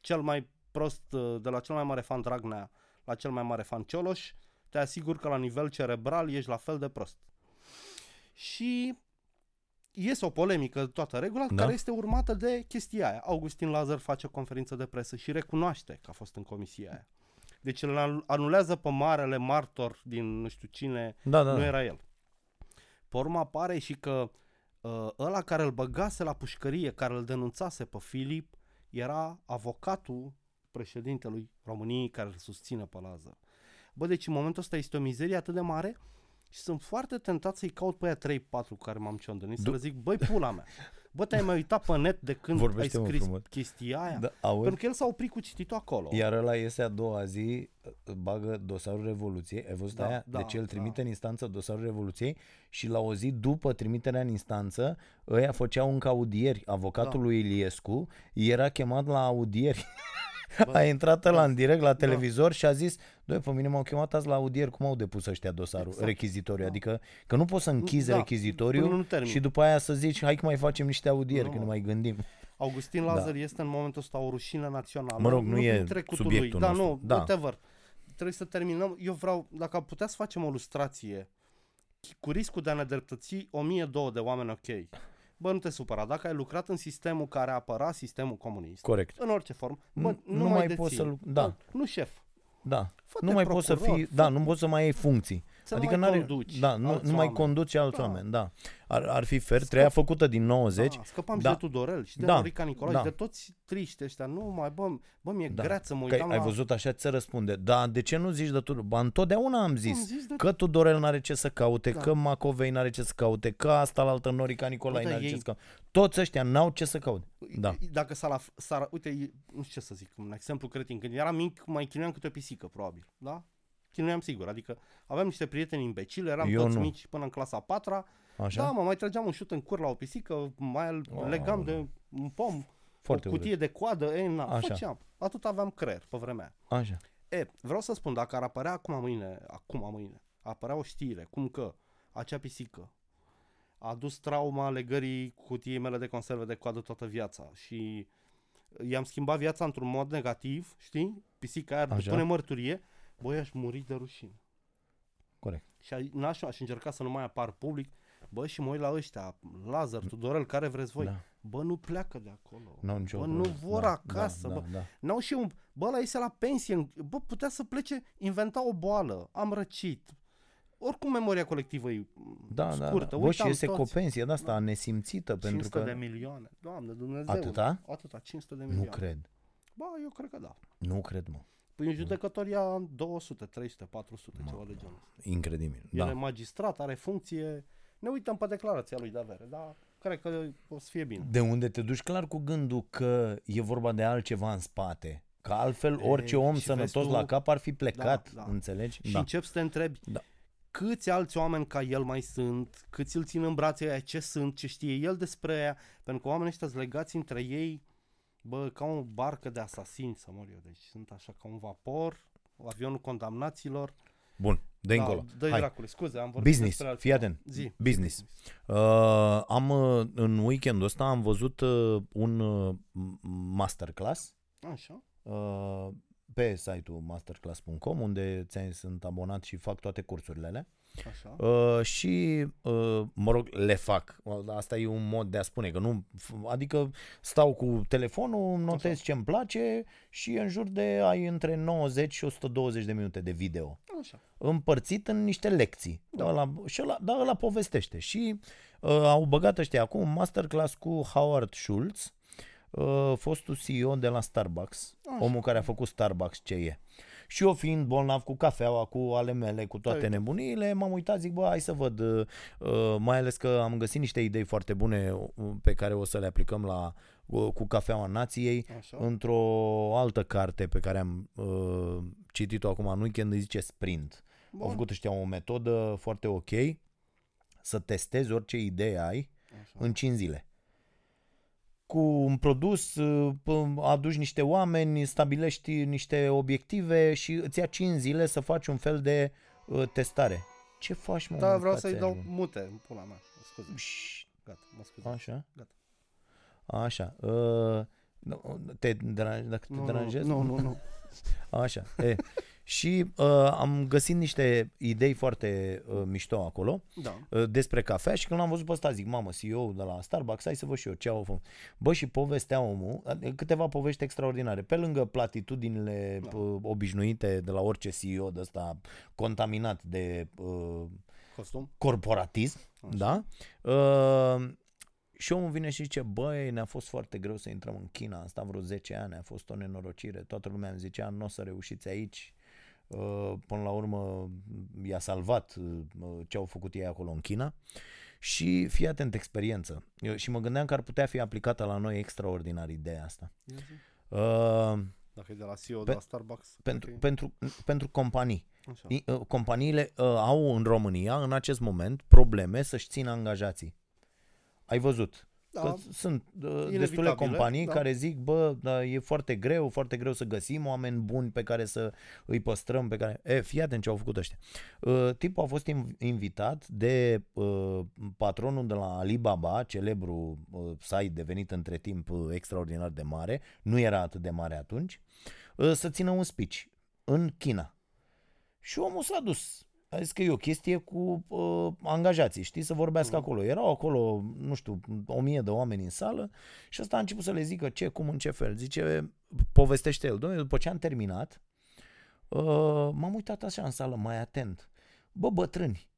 B: cel mai prost, uh, de la cel mai mare fan Dragnea la cel mai mare fan Cioloș, te asigur că la nivel cerebral ești la fel de prost. Și iese o polemică de toată regula,
A: Da.
B: da. care este urmată de chestia aia. Augustin Lazar face o conferință de presă și recunoaște că a fost în comisia aia. Deci îl anul- anulează pe marele martor din nu știu cine,
A: Da, da,
B: nu
A: da.
B: era el. Pe urmă apare și că uh, ăla care îl băgase la pușcărie, care îl denunțase pe Filip, era avocatul președintelui României care îl susține pe Lazar. Bă, deci în momentul ăsta este o mizerie atât de mare și sunt foarte tentat să-i caut pe aia 3-4 cu care m-am ciondănit, să
A: Du-
B: le zic, băi, pula mea, bă, te-ai mai uitat pe net de când
A: Vorbește-mă
B: ai scris
A: frumos.
B: chestia aia?
A: da auzi?
B: Pentru că el s-a oprit cu cititul acolo.
A: Iar ăla iese a doua zi, uh, bagă dosarul Revoluției, ai văzut
B: Da,
A: aia?
B: da,
A: deci el
B: da.
A: trimite în instanță dosarul Revoluției și la o zi după trimiterea în instanță, ăia făceau încă audieri. Avocatul
B: Da.
A: lui Iliescu era chemat la audieri. a intrat
B: da.
A: la în direct la televizor și a zis, doi, pe mine m-au chemat azi la audieri, cum au depus ăștia dosarul
B: Exact,
A: rechizitoriu?
B: da.
A: Adică că nu poți să închizi
B: Da, până nu
A: rechizitoriu
B: termin.
A: și după aia să zici, hai că mai facem niște audieri,
B: Nu,
A: că ne
B: mă.
A: mai gândim.
B: Augustin Lazar da. este în momentul ăsta o rușine națională.
A: Mă rog, nu e
B: prin trecutul
A: subiectul
B: lui. Da,
A: nostru.
B: nu,
A: Da.
B: whatever. Trebuie să terminăm. Eu vreau, dacă am putea să facem o lustrație cu riscul de a ne dreptăți 1002 de oameni ok. Bă, nu te supăra. Dacă ai lucrat în sistemul care apăra sistemul comunist,
A: Corect.
B: în orice formă, bă,
A: Nu-
B: nu,
A: nu mai poți
B: deții.
A: să lu- da.
B: Nu șef.
A: Da.
B: Fă-te
A: nu mai poți să
B: procuror,
A: fii,
B: fă-
A: da, nu poți să mai ai funcții.
B: Să nu
A: adică
B: mai
A: n-are-
B: conduci
A: da, nu,
B: alți
A: nu mai
B: oameni.
A: conduci alți
B: Da.
A: oameni, da. Ar, ar fi fair, treia făcută din 90.
B: Da, scăpam
A: Da.
B: și de Tudorel și de
A: Da.
B: da. Norica Nicolae
A: Da.
B: și de toți triști ăștia. Nu mai, bă, bă mi-e
A: Da.
B: da. greață, mă
A: Că ai,
B: uitam
A: ai
B: la...
A: văzut așa ți se răspunde. Da, de ce nu zici de Tudor? Ba, întotdeauna am
B: Am
A: zis.
B: zis de
A: Că Tudorel n-are ce să caute,
B: Da.
A: că Macovei n-are ce să caute, că asta la altă Norica Nicolae
B: Bă, dar
A: n-are ce
B: ei- Păi,
A: să caute. Toți ăștia n-au ce să caute. Da.
B: Dacă s-ar, af- s-ar, uite, e- nu știu ce să zic, un exemplu cretin. Când eram mic, mai chinuiam câte o pisică, probabil, da? Chinuiam sigur, adică aveam niște prieteni imbecili, eram
A: Eu
B: toți
A: nu.
B: mici până în clasa 4
A: Așa?
B: Da, mă, mai trageam un șut în cur la o pisică, mai îl
A: Wow.
B: legam de un pom,
A: Foarte
B: o
A: urât.
B: cutie de coadă, ei, na,
A: Așa.
B: făceam. Atât aveam creier pe vremea aia.
A: Așa.
B: E, vreau să spun, dacă ar apărea acum mâine, acum mâine, apărea o știre, cum că acea pisică a dus trauma legării cutiei mele de conserve de coadă toată viața și i-am schimbat viața într-un mod negativ, știi? Pisica aia
A: Așa.
B: depune mărturie, băi, aș muri de rușine.
A: Corect.
B: Și a- n-aș, aș încerca să nu mai apar public, bă, și mă uit la ăștia, Lazar, Tudorel, care vreți voi,
A: Da.
B: bă, nu pleacă de acolo.
A: N-au nicio
B: Bă, nu
A: problemă.
B: vor
A: da,
B: acasă,
A: da,
B: bă.
A: Da, da.
B: N-au și un... Bă, la iese la pensie. în- Bă, putea să plece, inventa o boală. Am răcit. oricum memoria colectivă e
A: Da,
B: scurtă.
A: da, da. Bă, și
B: uitam
A: iese
B: toți.
A: copensie de asta nesimțită pentru
B: 500
A: că...
B: de milioane. Doamne, Dumnezeu.
A: Atâta?
B: Atâta, 500 de
A: Nu
B: milioane.
A: cred.
B: Ba, eu cred că da.
A: Nu cred, mă.
B: Păi în judecătoria ia 200, 300, 400, ceva de genul ăsta.
A: Incredibil.
B: El da. e
A: Da.
B: magistrat, are funcție. Ne uităm pe declarația lui Davere, dar cred că o să fie bine.
A: De unde te duci clar cu gândul că e vorba de altceva în spate. Că altfel
B: E,
A: orice om
B: și
A: sănătos
B: vezi tu-
A: la cap ar fi plecat,
B: Da, da.
A: înțelegi?
B: Și da. încep să te întrebi
A: Da.
B: câți alți oameni ca el mai sunt, câți îl țin în brațe aia, ce sunt, ce știe el despre ea, pentru că oamenii ăștia sunt legați între ei, bă, ca o barcă de asasini, să mor eu, deci sunt așa ca un vapor, avionul condamnaților.
A: Bun, dă
B: Da,
A: încolo.
B: Dă-i
A: Hai.
B: dracule, scuze, am vorbit
A: Business,
B: despre alt-
A: fii atent.
B: Zi.
A: Business. Uh, am uh, în weekendul ăsta am văzut uh, un uh, m- masterclass
B: Așa.
A: uh, pe site-ul masterclass.com unde ți sunt abonat și fac toate cursurile alea.
B: Așa.
A: Uh, și, uh, mă rog, le fac. Asta e un mod de a spune că nu. Adică stau cu telefonul, îmi notez
B: Așa.
A: ce-mi place și în jur de ai între 90 și 120 de minute de video
B: Așa.
A: împărțit în niște lecții. Da. Ăla, și ăla, dar ăla povestește. Și uh, au băgat ăștia acum un masterclass cu Howard Schultz, uh, fostul CEO de la Starbucks,
B: Așa.
A: omul care a făcut Starbucks ce e. Și eu fiind bolnav cu cafeaua, cu ale mele, cu toate
B: Păi.
A: nebuniile, m-am uitat, zic, bă, hai să văd, uh, uh, mai ales că am găsit niște idei foarte bune uh, pe care o să le aplicăm la uh, cu cafeaua nației,
B: Așa.
A: într-o altă carte pe care am uh, citit-o acum în weekend, îi zice Sprint. Bun. Au
B: Bun.
A: făcut ăștia o metodă foarte ok să testezi orice idee ai
B: Așa.
A: în 5 zile. Cu un produs, uh, p- aduci niște oameni, stabilești niște obiective și îți ia 5 zile să faci un fel de uh, testare. Ce faci, mă?
B: Da, vreau
A: mâncați
B: să-i
A: aia,
B: dau
A: mă?
B: mute în pula mea. Scuze.
A: Șșt,
B: Gata, mă scuze.
A: Așa?
B: Gata.
A: Așa. Uh, nu, te deranj, dacă te
B: Nu,
A: deranjezi?
B: Nu, nu, nu.
A: Așa. E. Și uh, am găsit niște idei foarte uh, mișto acolo
B: Da.
A: uh, despre cafea și când l-am văzut pe ăsta zic, mamă, CEO de la Starbucks, hai să văd și eu ce au făcut. Bă, și povestea omul, ad- câteva povești extraordinare, pe lângă platitudinile
B: Da.
A: da. obișnuite de la orice CEO de ăsta contaminat de uh,
B: Costum?
A: corporatism,
B: Așa.
A: da? Uh, și omul vine și zice, băi, ne-a fost foarte greu să intrăm în China, am stat vreo 10 ani, a fost o nenorocire, toată lumea îmi zicea, nu o să reușiți aici. Uh, Până la urmă i-a salvat uh, ce au făcut ei acolo în China și fii atent experiență. Eu, și mă gândeam că ar putea fi aplicată la noi extraordinar ideea asta.
B: Ia zi.
A: Uh,
B: Dacă e de la CEO de
A: Pe-
B: la Starbucks. cred
A: pentru,
B: că e-
A: pentru, pentru companii.
B: Așa.
A: I- uh, Companiile uh, au în România, în acest moment, probleme să-și țină angajații. Ai văzut
B: Da,
A: că sunt uh, destule
B: inevitabile,
A: companii
B: da.
A: care zic, bă, da, e foarte greu, foarte greu să găsim oameni buni pe care să îi păstrăm, pe care... E, fii atent ce au făcut ăștia. Uh, tipul a fost inv- invitat de uh, patronul de la Alibaba, celebru uh, site devenit între timp uh, extraordinar de mare, nu era atât de mare atunci, uh, să țină un speech în China. Și omul s-a dus. A zis că e o chestie cu uh, angajații, știi, să vorbească acolo. Erau acolo, nu știu, o mie de oameni în sală și ăsta a început să le zică ce, cum, în ce fel. Zice, povestește el. Domnule, după ce am terminat, uh, m-am uitat așa în sală, mai atent. Bă, bătrâni.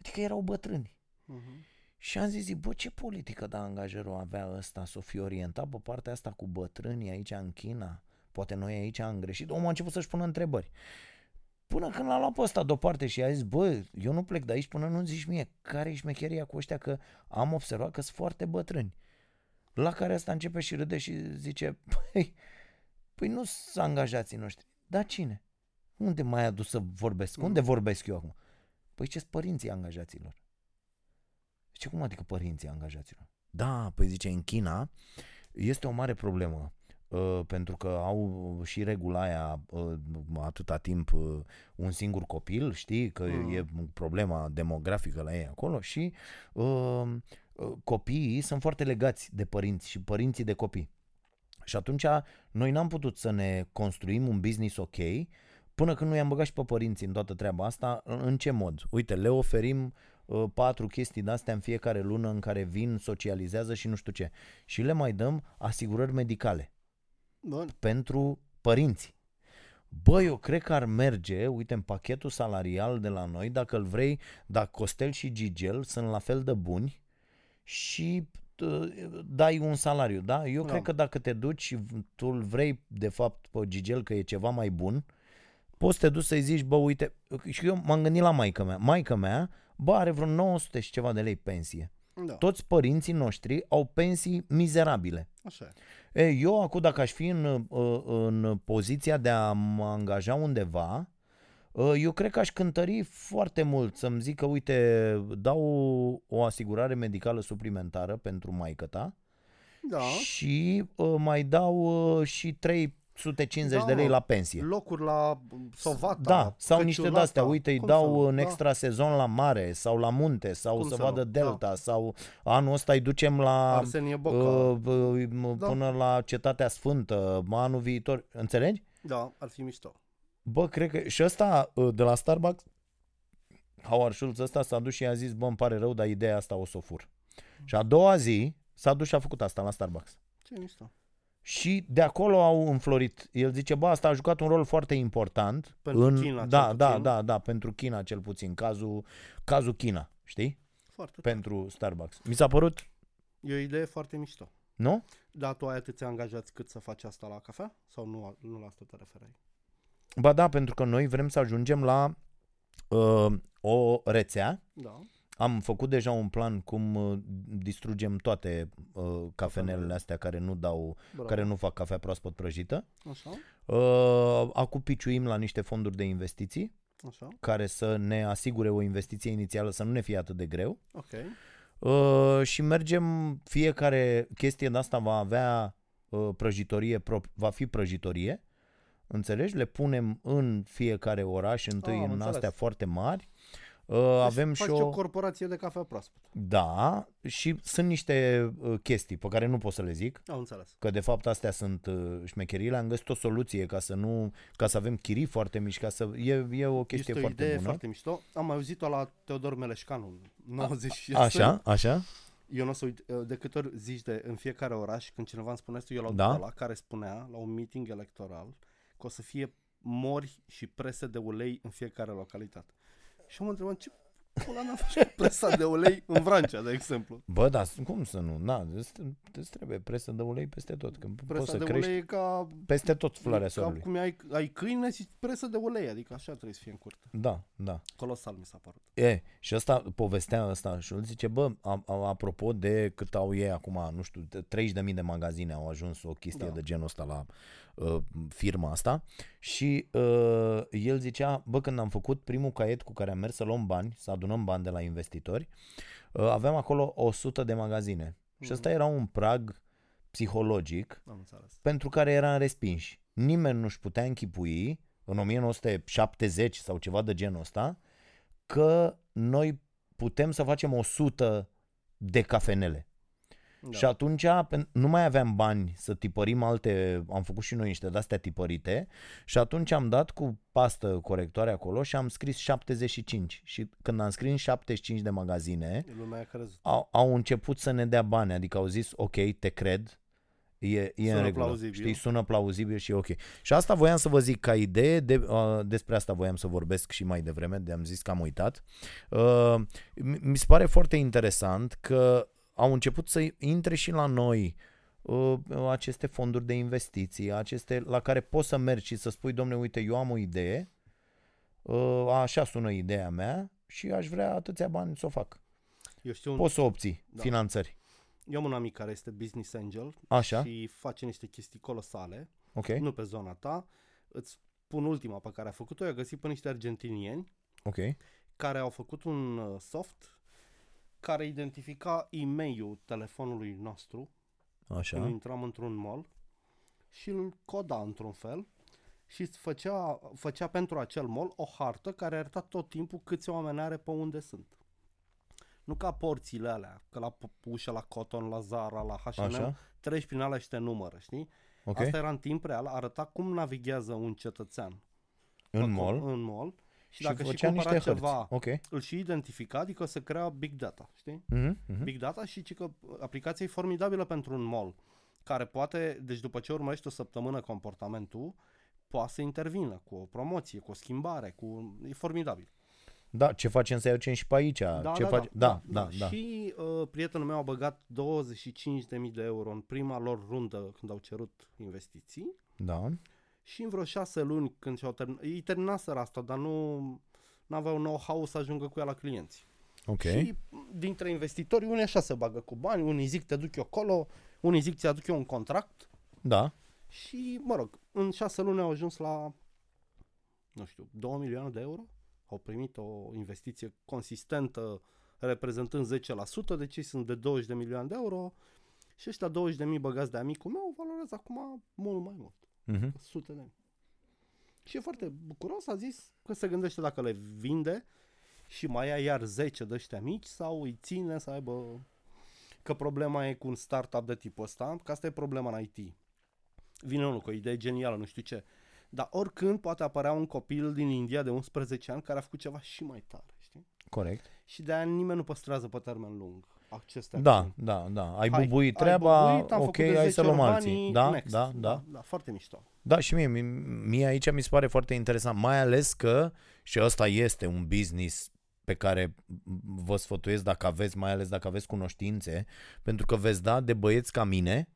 A: Adică erau bătrâni.
B: Mhm.
A: Și am zis, zic, bă, ce politică da angajerul avea ăsta să o fi orientat pe partea asta cu bătrânii aici în China? Poate noi aici am greșit. Omul a început să-și pună întrebări. Până când l-a luat pe ăsta deoparte și a zis, bă, eu nu plec de aici până nu zici mie care e șmecheria cu ăștia că am observat că sunt foarte bătrâni. La care asta începe și râde și zice, păi, păi nu sunt angajații noștri. Dar cine? Unde mai adus să vorbesc? Unde vorbesc eu acum? Păi ce părinții angajaților? Zice, cum adică părinții angajaților? Da, păi zice, în China este o mare problemă. Uh, pentru că au și regula aia uh, atâta timp uh, un singur copil, știi, că
B: Mm.
A: e problema demografică la ei acolo și uh, uh, copiii sunt foarte legați de părinți și părinții de copii. Și atunci noi n-am putut să ne construim un business ok până când nu i-am băgat și pe părinții în toată treaba asta. În în ce mod? Uite, le oferim uh, patru chestii de-astea în fiecare lună în care vin, socializează și nu știu ce. Și le mai dăm asigurări medicale
B: Bun.
A: pentru părinți. Bă, eu cred că ar merge, uite, în pachetul salarial de la noi, dacă îl vrei, dacă Costel și Gigel sunt la fel de buni și uh, dai un salariu, da? Eu
B: Da.
A: da. cred că dacă te duci și v- tu îl vrei, de fapt, pe Gigel că e ceva mai bun, poți să te duci să-i zici, bă, uite, și eu m-am gândit la maica mea. Maica mea, bă, are vreo 900 și ceva de lei pensie.
B: Da,
A: Toți părinții noștri au pensii mizerabile.
B: așa e.
A: E, eu acum dacă aș fi în, uh, în poziția de a mă angaja undeva, uh, eu cred că aș cântări foarte mult să-mi zic că, uite, dau o, o asigurare medicală suplimentară pentru maică ta
B: Da,
A: și uh, mai dau uh, și 350
B: Da,
A: de lei
B: mă.
A: la pensie.
B: locuri la mm, Sovata.
A: da, sau niște
B: Căciulata.
A: de-astea, uite, îi
B: Cum
A: dau
B: să
A: uh,
B: nu?
A: în
B: Da.
A: extra sezon la mare sau la munte sau
B: Cum
A: să,
B: să
A: vadă
B: nu? Da.
A: delta sau anul ăsta îi ducem la...
B: Arsenie Boca.
A: Uh, uh, m-
B: Da.
A: până la Cetatea Sfântă, anul viitor, înțelegi?
B: Da, ar fi mișto.
A: Bă, cred că și ăsta uh, de la Starbucks, Howard Schultz ăsta s-a dus și i-a zis, bă, îmi pare rău, dar ideea asta o să o fur. Și a doua zi s-a dus și a făcut asta la Starbucks.
B: Ce mișto.
A: Și de acolo au înflorit. El zice, bă, asta a jucat un rol foarte important.
B: Pentru
A: în...
B: China, cel
A: da, da,
B: puțin.
A: da, da, pentru China cel puțin. Cazul, cazul China, știi?
B: Foarte.
A: Pentru Starbucks. Mi s-a părut,
B: E o idee foarte mișto.
A: nu?
B: Da, tu ai atâția angajați cât să faci asta la cafea? Sau nu, nu la asta te referai?
A: Ba da, pentru că noi vrem să ajungem la uh, o rețea.
B: Da.
A: Am făcut deja un plan cum uh, distrugem toate uh, cafenelele astea care nu dau,
B: Bravo.
A: care nu fac cafea proaspăt prăjită.
B: Așa,
A: Uh, acum piciuim la niște fonduri de investiții
B: așa,
A: care să ne asigure o investiție inițială să nu ne fie atât de greu.
B: ok.
A: Uh, și mergem, fiecare chestie de asta va avea uh, prăjitorie, prop- va fi prăjitorie, înțelegi? Le punem în fiecare oraș, întâi
B: Ah, am
A: în
B: înțeles. Deci
A: astea foarte mari. Uh, avem
B: faci
A: și o...
B: o corporație de cafea proaspătă.
A: Da, și sunt niște uh, chestii pe care nu pot să le zic,
B: Am înțeles.
A: că de fapt astea sunt uh, șmecherile. Am găsit o soluție ca să nu, ca să avem chirii foarte mici, ca să... E, e o chestie
B: este o
A: foarte
B: idee
A: bună.
B: foarte mișto. Am mai auzit-o la Teodor Meleșcanu, în 96.
A: Așa, așa.
B: Eu nu o să uit, uh, de câte ori zici de, în fiecare oraș, când cineva îmi spune asta, eu l-au
A: Da.
B: da? la care spunea, la un meeting electoral, că o să fie mori și prese de ulei în fiecare localitate. Și am întrebat, ce pula mea faci cu presa de ulei în Vrancea, de exemplu?
A: Bă, dar cum să nu? Na, îți, îți trebuie presă de ulei peste tot. Când poți
B: Presa
A: să
B: de
A: crești
B: ulei e ca
A: peste tot floarea
B: ca
A: soarelui.
B: cum ai, ai câine și presă de ulei, adică așa trebuie să fie în curte.
A: Da, da.
B: Colosal mi s-a părut.
A: E, și ăsta, povestea ăsta și îl zice, bă, a, a, apropo de cât au ei acum, nu știu, de 30.000 de magazine au ajuns o chestie
B: Da.
A: da. de genul ăsta la uh, firma asta și uh, el zicea, bă, când am făcut primul caiet cu care am mers să luăm bani, să adunăm bani de la investitori, uh, aveam acolo 100 de magazine
B: Mm.
A: și ăsta era un prag psihologic
B: Am înțeles.
A: pentru care eram respinși. Nimeni nu-și putea închipui în 1970 sau ceva de genul ăsta că noi putem să facem 100 de cafenele. Da.
B: Da.
A: Și atunci pen- nu mai aveam bani să tipărim alte, am făcut și noi niște de-astea tipărite și atunci am dat cu pastă corectoare acolo și am scris 75 și când am scris 75 de magazine,
B: Lumea a crezut.
A: au, au început să ne dea bani, adică au zis, ok, te cred, e, e
B: Sună
A: în regulă,
B: plauzibil.
A: știi, sună plauzibil și e ok. Și asta voiam să vă zic ca idee, de, uh, despre asta voiam să vorbesc și mai devreme, de am zis că am uitat. Uh, mi mi se pare foarte interesant că au început să intre și la noi uh, aceste fonduri de investiții, aceste la care poți să mergi și să spui, domne, uite, eu am o idee, uh, așa sună ideea mea și aș vrea atâția bani să o fac
B: Eu știu, un,
A: poți să obții
B: Da.
A: da. finanțări.
B: eu am un amic care este business angel
A: Așa,
B: și face niște chestii colosale,
A: ok,
B: nu pe zona ta. Îți pun ultima pe care a făcut-o, i-a găsit pe niște argentinieni
A: ok.
B: care au făcut un uh, soft care identifica e-mail-ul telefonului nostru
A: Da.
B: când
A: Așa,
B: intram într-un mall și îl coda într-un fel și îți făcea, făcea pentru acel mall o hartă care arăta tot timpul câți oameni are pe unde sunt. Nu ca porțile alea, că la p- ușa, la Cotton, la Zara, la H&M,
A: Așa.
B: treci prin alea și te numără, știi?
A: ok.
B: Asta era în timp real, arăta cum navighează un cetățean
A: În
B: acolo,
A: mall
B: în mall și,
A: și
B: dacă și
A: făcea
B: cumpăra
A: niște
B: ceva,
A: hărți. Ok.
B: îl și identifica, adică se crea big data, știi?
A: Mhm, mhm.
B: Big Data și ci că aplicația e formidabilă pentru un mall care poate, deci după ce urmărești o săptămână comportamentul, poate să intervină cu o promoție, cu o schimbare, cu... e formidabil.
A: Da, ce facem să-i aducem și pe aici? ce face... da, da, da, da.
B: Și uh, prietenul meu a băgat 25.000 de euro în prima lor rundă când au cerut investiții
A: da.
B: și în vreo șase luni când și-au terminat, ei terminaseră asta, dar nu aveau know-how să ajungă cu ea la clienți.
A: Ok.
B: Și dintre investitori, unii așa se bagă cu bani, unii zic te duc eu acolo, unii zic ți aduc eu un contract
A: Da.
B: și, mă rog, în șase luni au ajuns la, nu știu, 2 milioane de euro. Au primit o investiție consistentă reprezentând 10%, deci ei sunt de 20 de milioane de euro și ăștia 20 de mii băgați de amicul meu valorează acum mult mai mult,
A: Mhm.
B: sute de mii. Și e foarte bucuros, a zis că se gândește dacă le vinde și mai ia iar 10 de ăștia mici sau îi ține să aibă... Că problema e cu un startup de tipul ăsta, că asta e problema în IT. Vine unul cu o idee genială, nu știu ce. Dar oricând poate apărea un copil din India de 11 ani care a făcut ceva și mai tare, știi?
A: Corect.
B: Și de-aia nimeni nu păstrează pe termen lung aceste
A: Da,
B: acțiuni.
A: da, da. Ai
B: Exact. Hai,
A: bubuit treaba,
B: bubuit, am făcut
A: ok,
B: de
A: hai
B: 10
A: să luăm
B: ori
A: alții.
B: banii,
A: Da,
B: next.
A: da, da.
B: da, da, foarte mișto.
A: Da, și mie, mi- mie aici mi se pare foarte interesant, mai ales că și ăsta este un business pe care vă sfătuiesc dacă aveți, mai ales dacă aveți cunoștințe, pentru că veți da de băieți ca mine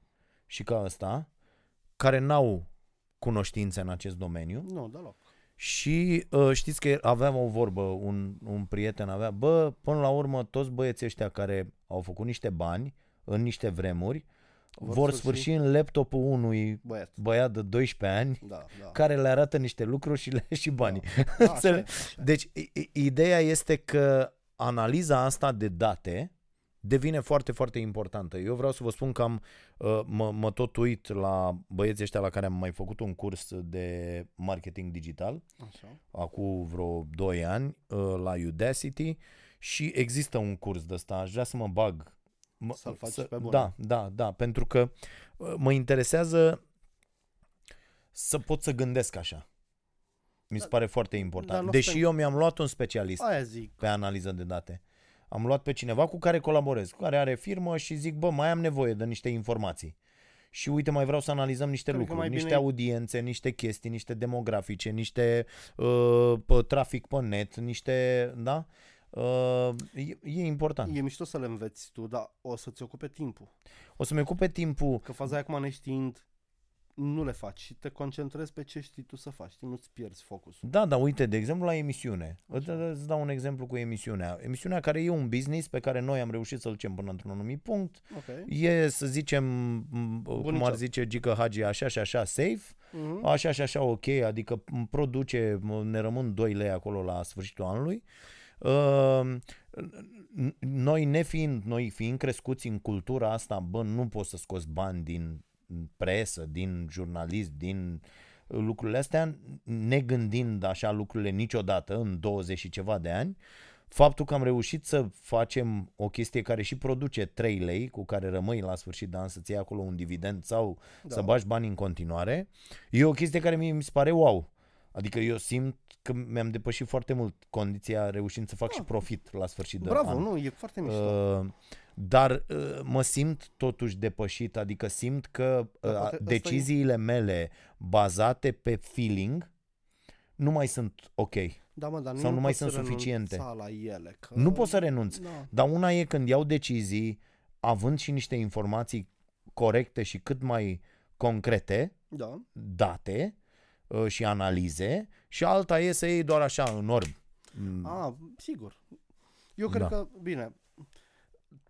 A: și ca ăsta, care n-au cunoștințe în acest domeniu,
B: Nu, deloc.
A: și uh, știți că aveam o vorbă, un, un prieten avea, bă, până la urmă toți băieții ăștia care au făcut niște bani în niște vremuri vor,
B: Vor
A: vor
B: sfârși.
A: sfârși în laptopul unui
B: Băiat.
A: băiat de 12 ani
B: Da, da.
A: care le arată niște lucruri și le și banii.
B: da așa e,
A: Înțeleg?
B: așa e.
A: Deci i- i- ideea este că analiza asta de date devine foarte, foarte importantă. Eu vreau să vă spun că am, uh, mă, mă tot uit la băieții ăștia la care am mai făcut un curs de marketing digital
B: Așa.
A: acum vreo 2 ani uh, la Udacity și există un curs de ăsta, aș vrea să mă bag. Mă,
B: Să-l faci pe bune.
A: Da, da, da, pentru că uh, mă interesează să pot să gândesc așa. Mi se
B: Da,
A: pare foarte
B: dar
A: important.
B: nu
A: Deși
B: suntem-
A: eu mi-am luat un specialist
B: Aia zic.
A: pe analiză de date. Am luat pe cineva cu care colaborez, cu care are firmă și zic, bă, mai am nevoie de niște informații. Și uite, mai vreau să analizăm niște
B: Cred că
A: lucruri,
B: mai
A: niște
B: bine e-
A: audiențe, niște chestii, niște demografice, niște uh, pe trafic pe net, niște, da? Uh, e, e important.
B: E mișto să le înveți tu, dar o să-ți ocupe timpul.
A: O să-mi ocupe timpul.
B: Că faza aia acum neștiind, nu le faci și te concentrezi pe ce știi tu să faci. Știi, nu-ți pierzi focusul.
A: Da, da, uite, de exemplu la emisiune. Îți îți dau un exemplu cu emisiunea. Emisiunea care e un business pe care noi am reușit să-l ducem până într-un anumit punct.
B: Ok.
A: E, să zicem, m, cum ar
B: Bunicior.
A: zice Gică Hagi, așa și așa safe,
B: Mhm.
A: așa și așa ok, adică m, produce, m, ne rămân 2 lei acolo la sfârșitul anului. Uh, n- Noi ne fiind, noi fiind crescuți în cultura asta, bă, nu poți să scoți bani din presă, din jurnalist, din uh, lucrurile astea, ne gândind așa lucrurile niciodată în 20 și ceva de ani, faptul că am reușit să facem o chestie care și produce 3 lei, cu care rămâi la sfârșit de an să-ți iei acolo un dividend sau da.
B: Da.
A: să bagi bani în continuare, e o chestie care mie mi se pare wow. Adică eu simt că mi-am depășit foarte mult condiția reușind să fac și profit la sfârșit de
B: Da. Bravo,
A: an.
B: nu, e foarte mișto.
A: Uh, dar uh, mă simt totuși depășit, adică simt că
B: Dar
A: uh,
B: Da, poate ăsta e-
A: deciziile mele bazate pe feeling nu mai sunt ok.
B: Da, mă, dar
A: sau nu mai
B: poți
A: sunt
B: să
A: suficiente.
B: renunța La ele, că...
A: Nu pot să renunț.
B: Da.
A: Dar una e când iau decizii având și niște informații corecte și cât mai concrete,
B: da.
A: date uh, și analize, și alta e să iei doar așa în orb. Mm,
B: A, sigur. Eu cred
A: Da.
B: că, bine,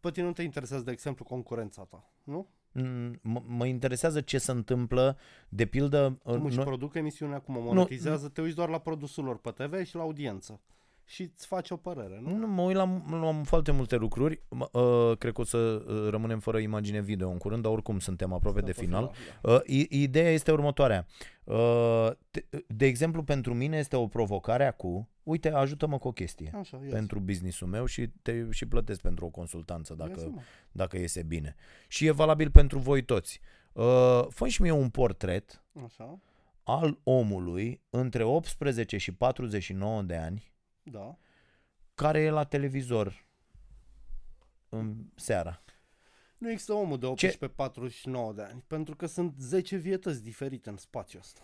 B: pe tine nu te interesează, de exemplu, concurența ta, nu?
A: mm, m- Mă interesează ce se întâmplă, de pildă, uh,
B: Cum își
A: noi-
B: produc emisiunea, cum o monetizează, te uiți doar la produsul lor pe TV și la audiență. Și îți faci o părere, nu?
A: Nu, mă uit la, la foarte multe lucruri. Mă, uh, cred că o să uh, rămânem fără imagine video în curând, dar oricum suntem aproape de
B: Pe
A: final.
B: da.
A: Uh, i- ideea este următoarea. Uh, te- de exemplu, pentru mine este o provocare cu, uite, ajută-mă cu o chestie
B: Așa, Ah, yes.
A: pentru businessul meu și te și plătesc pentru o consultanță dacă,
B: Ia-ți-mă.
A: dacă iese bine. Și e valabil pentru voi toți. Uh, fă și mie un portret
B: Așa,
A: al omului între 18 și 49 de ani
B: da.
A: care e la televizor în seara.
B: Nu există omul de 18 49 de ani, pentru că sunt 10 vietăți diferite în spațiul ăsta.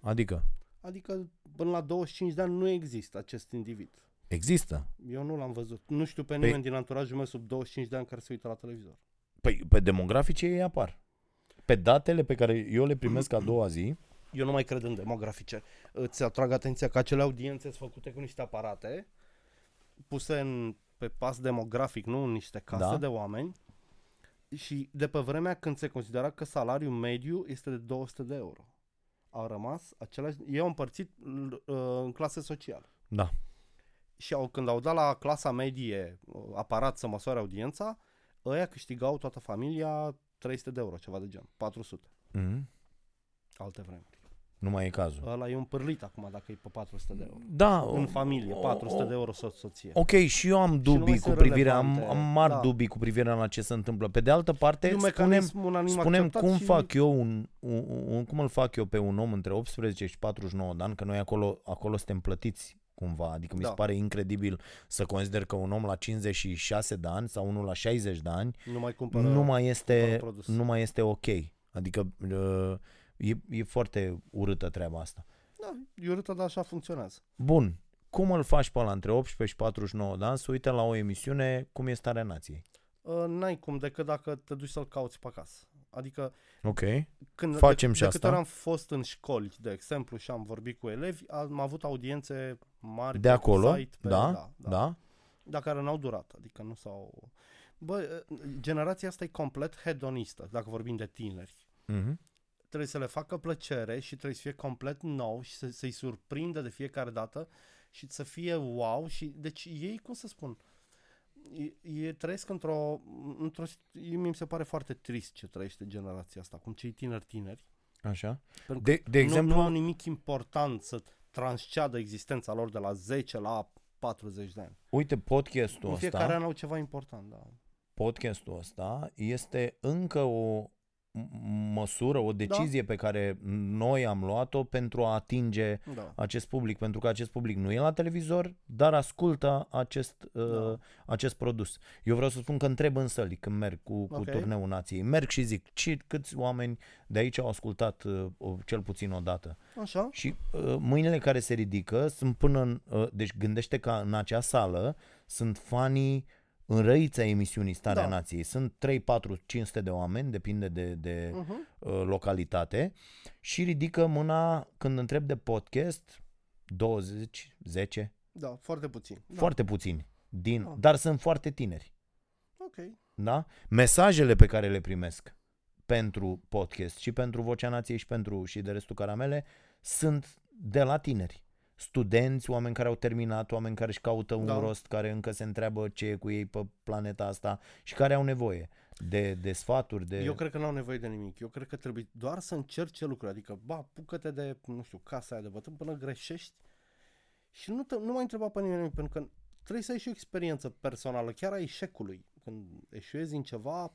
A: Adică,
B: Adică până la 25 de ani nu există acest individ.
A: există.
B: Eu nu l-am văzut. Nu știu pe
A: Păi-
B: nimeni din anturajul meu sub 25 de ani care se uită la televizor.
A: Păi, pe demografice ei apar. Pe datele pe care eu le primesc a doua zi,
B: Eu nu mai cred în demografice. Îți atrag atenția că acele audiențe sunt făcute cu niște aparate puse în, pe pas demografic, nu în niște case
A: Da.
B: da. de oameni. Și de pe vremea când se considera că salariul mediu este de 200 de euro. Au rămas același... Ei au împărțit l- în clase sociale.
A: da,
B: Și au, când au dat la clasa medie uh, aparat să măsoare audiența, ăia câștigau toată familia 300 de euro, ceva de gen, 400,
A: mm,
B: alte vremuri.
A: nu mai e cazul.
B: Ăla e un pârlit acum dacă e pe 400 de euro.
A: Da,
B: În
A: o-
B: familie,
A: o-
B: 400 de
A: o-
B: euro soț soție.
A: Ok, și eu am
B: nu
A: dubii
B: mai
A: cu
B: sunt
A: privire, am,
B: relevante,
A: am mari da.
B: da.
A: dubii cu privire la ce se întâmplă. Pe de altă
B: E
A: parte,
B: un
A: spunem,
B: mecanism unanim
A: spunem
B: acceptat
A: cum
B: și
A: fac eu un, un, un, cum îl fac eu pe un om între 18 și 49 de ani, că noi acolo, acolo suntem plătiți cumva, adică mi se
B: Da.
A: pare incredibil să consider că un om la 56 de ani sau unul la 60 de ani
B: Nu mai cumpără...
A: cumpără, nu mai este
B: cumpără produs.
A: nu mai este ok. Adică uh, e, e foarte urâtă treaba asta.
B: Da, iurâtă, dar așa funcționează.
A: Bun, cum îl faci pe ăla între 18 și 49 de ani să uite la o emisiune cum e starea nației?
B: Uh, N-ai cum decât dacă te duci să-l cauți pe acasă. Adică
A: Ok.
B: Când,
A: Facem
B: de,
A: și
B: de câte
A: asta.
B: ori am fost în școli, de exemplu, și am vorbit cu elevi, am avut audiențe mari
A: De acolo,
B: pe site, pe,
A: da,
B: da, da,
A: da.
B: dar care n-au durat, adică nu s-au... Bă, ă, generația asta e complet hedonistă, dacă vorbim de tineri.
A: Mhm.
B: Trebuie să le facă plăcere și trebuie să fie complet nou și să, să-i surprindă de fiecare dată și să fie wow și... Deci ei, cum să spun, ei, ei trăiesc într-o... într-o mi se pare foarte trist ce trăiește generația asta, cum cei tineri tineri.
A: Așa.
B: Pentru
A: De, de exemplu,
B: nu, nu au nimic important să transceadă existența lor de la 10 la 40 de ani.
A: uite, podcastul
B: În
A: ăsta,
B: fiecare an au ceva important, da.
A: podcastul ăsta este încă o m- măsură, o
B: Da.
A: decizie pe care noi am luat-o pentru a atinge
B: da.
A: acest public, pentru că acest public nu e la televizor, dar ascultă acest, da. uh,
B: Da.
A: acest produs. Eu vreau să spun că întreb în săli când merg cu, cu
B: Ok.
A: turneul nației. Merg și zic, ce, câți oameni de aici au ascultat uh, o- cel puțin o dată.
B: Așa?
A: Și uh, mâinile care se ridică sunt până în... Uh, deci gândește că în acea sală sunt fanii înrăiți ai emisiunii Starea da.
B: Da.
A: Nației. Sunt 3, 4, 500 de oameni, depinde de, de
B: Uh-huh.
A: uh, localitate și ridică mâna când întreb de podcast 20, 10,
B: Da, foarte puțin.
A: da.
B: Da.
A: foarte puțini, din, da.
B: Da.
A: dar sunt foarte tineri.
B: Ok.
A: Da? Mesajele pe care le primesc pentru podcast și pentru Vocea Nației și pentru și de restul caramele sunt de la tineri. Studenți, oameni care au terminat, oameni care își caută un da.
B: Da.
A: rost, care încă se întreabă ce e cu ei pe planeta asta și care au nevoie de, de sfaturi, de...
B: Eu cred că n-au nevoie de nimic. Eu cred că trebuie doar să încerce lucruri. Adică, ba, pucă-te de, nu știu, casa aia de bătân până greșești și nu, te, nu mai întreba pe nimeni nimic, pentru că trebuie să ai și o experiență personală, chiar a eșecului. Când eșuezi în ceva,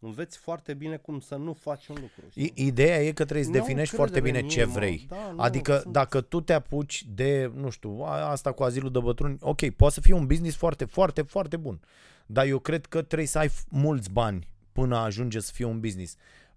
B: înveți foarte bine cum să nu faci un lucru. știi?
A: I- Ideea e că trebuie să
B: Nu am
A: definești foarte
B: încredere
A: bine ce
B: în ei, mă.
A: vrei.
B: Da, nu,
A: adică
B: sunt-
A: dacă tu te apuci de, nu știu, a- asta cu azilul de bătrâni, ok, poate să fie un business foarte, foarte, foarte bun. Dar eu cred că trebuie să ai f- mulți bani până ajunge să fie un business.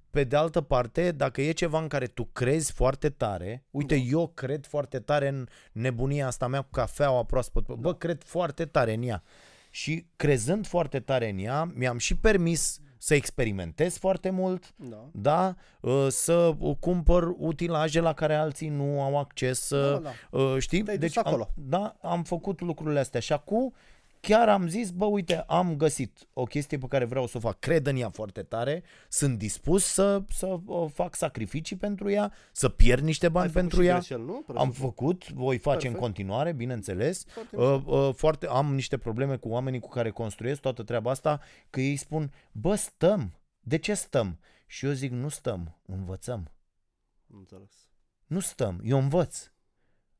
A: Pe de altă parte, dacă e ceva în care tu crezi foarte tare, uite, da. eu cred foarte tare în nebunia asta mea cu cafeaua proaspăt, bă, da. cred foarte tare în ea. Și crezând foarte tare în ea, mi-am și permis să experimentez foarte mult,
B: Da.
A: da? Uh, Să cumpăr utilaje la care alții nu au acces, să,
B: Da,
A: uh, știi?
B: Te-ai dus acolo.
A: Am, da, am făcut lucrurile astea și acum chiar am zis, bă, uite, am găsit o chestie pe care vreau să o fac, cred în ea foarte tare, sunt dispus să, să uh, fac sacrificii pentru ea, să pierd niște bani
B: Ai făcut
A: pentru
B: și
A: ea.
B: Greșel, nu?
A: Am făcut, voi face Perfect. în
B: Perfect.
A: continuare, bineînțeles.
B: Foarte
A: Uh, uh, foarte, am niște probleme cu oamenii cu care construiesc toată treaba asta, că ei spun, bă, stăm, de ce stăm? Și eu zic, nu stăm, învățăm.
B: Nu Înțeles.
A: Nu stăm, eu învăț.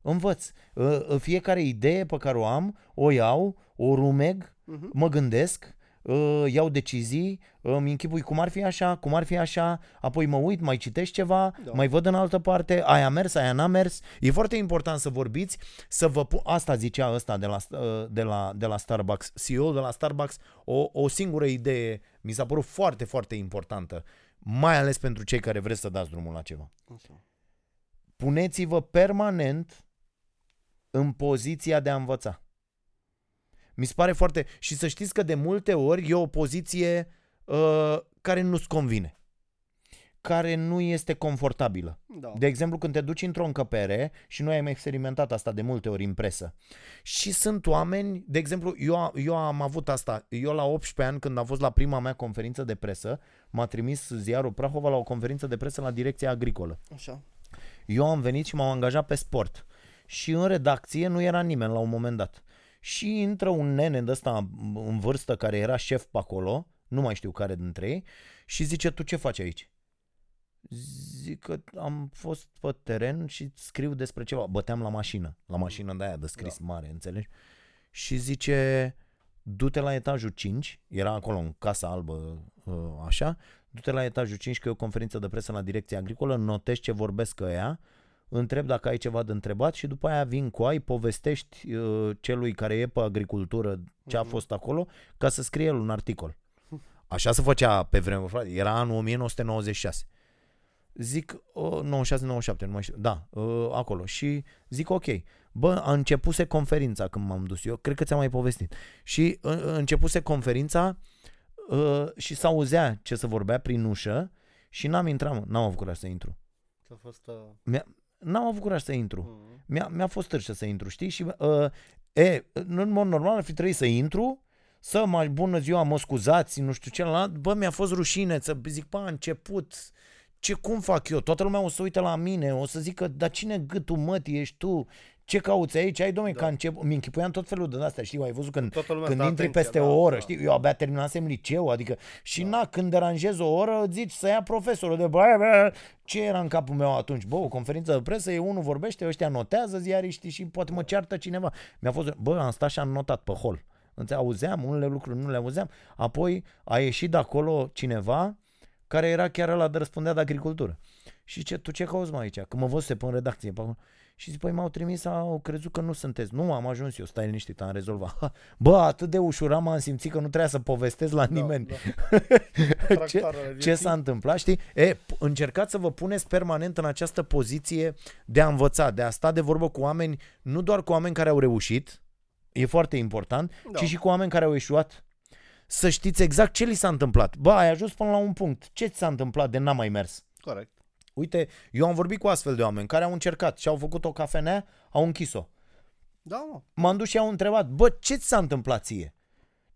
A: Învăț. Uh, uh, Fiecare idee pe care o am, o iau, o rumeg,
B: Mhm.
A: mă gândesc, uh, iau decizii, uh, îmi închipui cum ar fi așa, cum ar fi așa, apoi mă uit, mai citești ceva, da.
B: Da.
A: mai văd în altă parte, aia a mers, aia n-a mers. E foarte important să vorbiți, să vă pu- asta zicea ăsta de la, uh, de la, de la Starbucks, CEO de la Starbucks, o, o singură idee mi s-a părut foarte, foarte importantă, mai ales pentru cei care vreți să dați drumul la ceva
B: Așa.
A: puneți-vă permanent în poziția de a învăța. Mi se pare foarte... Și să știți că de multe ori e o poziție uh, care nu-ți convine, care nu este confortabilă.
B: Da.
A: De exemplu, când te duci într-o încăpere, și noi am experimentat asta de multe ori în presă, și sunt oameni, de exemplu, eu, eu am avut asta, eu la 18 ani, când am fost la prima mea conferință de presă, m-a trimis ziarul Prahova la o conferință de presă la direcția agricolă.
B: Așa.
A: Eu am venit și m-am angajat pe sport. Și în redacție nu era nimeni la un moment dat. Și intră un nene de ăsta în vârstă care era șef pe acolo, nu mai știu care dintre ei, și zice, tu ce faci aici? Zic că am fost pe teren și scriu despre ceva. Băteam la mașină, la mașină de aia de scris da. mare, înțelegi? Și zice, du-te la etajul 5, era acolo în Casa Albă, uh, așa, du-te la etajul 5 că e o conferință de presă la direcția agricolă, notezi ce vorbesc ea, întreb dacă ai ceva de întrebat și după aia vin cu ai, povestești uh, celui care e pe agricultură ce a
B: Mhm.
A: fost acolo, ca să scrie el un articol. Așa se făcea pe vremea, frate, era anul 1996. Zic, uh, 96, 97, nu mai știu, da, uh, acolo. Și zic, ok, bă, a începuse conferința când m-am dus eu, cred că ți-am mai povestit. Și uh, începuse conferința uh, și s-auzea ce se vorbea prin ușă și n-am intrat, mă, n-am avut curaj să intru.
B: Ți-a fost... Uh...
A: N-am avut curaj să intru
B: Mm.
A: mi-a, mi-a fost târșă să intru, știi? Și, uh, e, în mod normal ar fi trebuit să intru, să mai bună ziua, mă scuzați, nu știu celălalt, bă, mi-a fost rușine, să zic, pa, a început, ce, cum fac eu? Toată lumea o să uite la mine, o să zică, dar cine gâtul mătii ești tu? Ce cauți aici? Ai, domne, da.
B: Da.
A: că a început, mi închipuiam tot felul de astea, știi, ai văzut când
B: Toată lumea
A: când
B: stă
A: intri
B: atenția,
A: peste
B: da,
A: o oră,
B: da.
A: știi, eu abia terminasem liceu, adică și
B: Da.
A: na, când deranjez o oră, zici să ia profesorul de bă, bă, ce era în capul meu atunci? Bă, o conferință de presă, e unul vorbește, ăștia notează ziariștii și poate
B: Da.
A: mă ceartă cineva. Mi-a fost, bă, am stat și am notat pe hol. Înțe- Auzeam unele lucruri, nu le auzeam. Apoi a ieșit de acolo cineva care era chiar la de răspundea de agricultură. Și ce, tu ce cauți mă aici? Că mă văzuse pe în redacție pe acolo. Și zic, păi m-au trimis, au crezut că nu sunteți. Nu, am ajuns eu, stai liniștit, am rezolvat. Bă, atât de ușurat m-am simțit că nu trebuia să povestesc la nimeni
B: Da.
A: ce,
B: Tractoarele
A: ce
B: vieții.
A: s-a întâmplat, știi? E, p- încercați să vă puneți permanent în această poziție de a învăța, de a sta de vorbă cu oameni, nu doar cu oameni care au reușit, e foarte important,
B: Da.
A: ci și cu oameni care au eșuat. Să știți exact ce li s-a întâmplat. Bă, ai ajuns până la un punct. Ce ți s-a întâmplat de n-a mai mers?
B: Corect.
A: Uite, eu am vorbit cu astfel de oameni care au încercat și au făcut o cafenea, au închis-o
B: Da, mă.
A: m-am dus și au întrebat, bă, ce ți s-a întâmplat ție?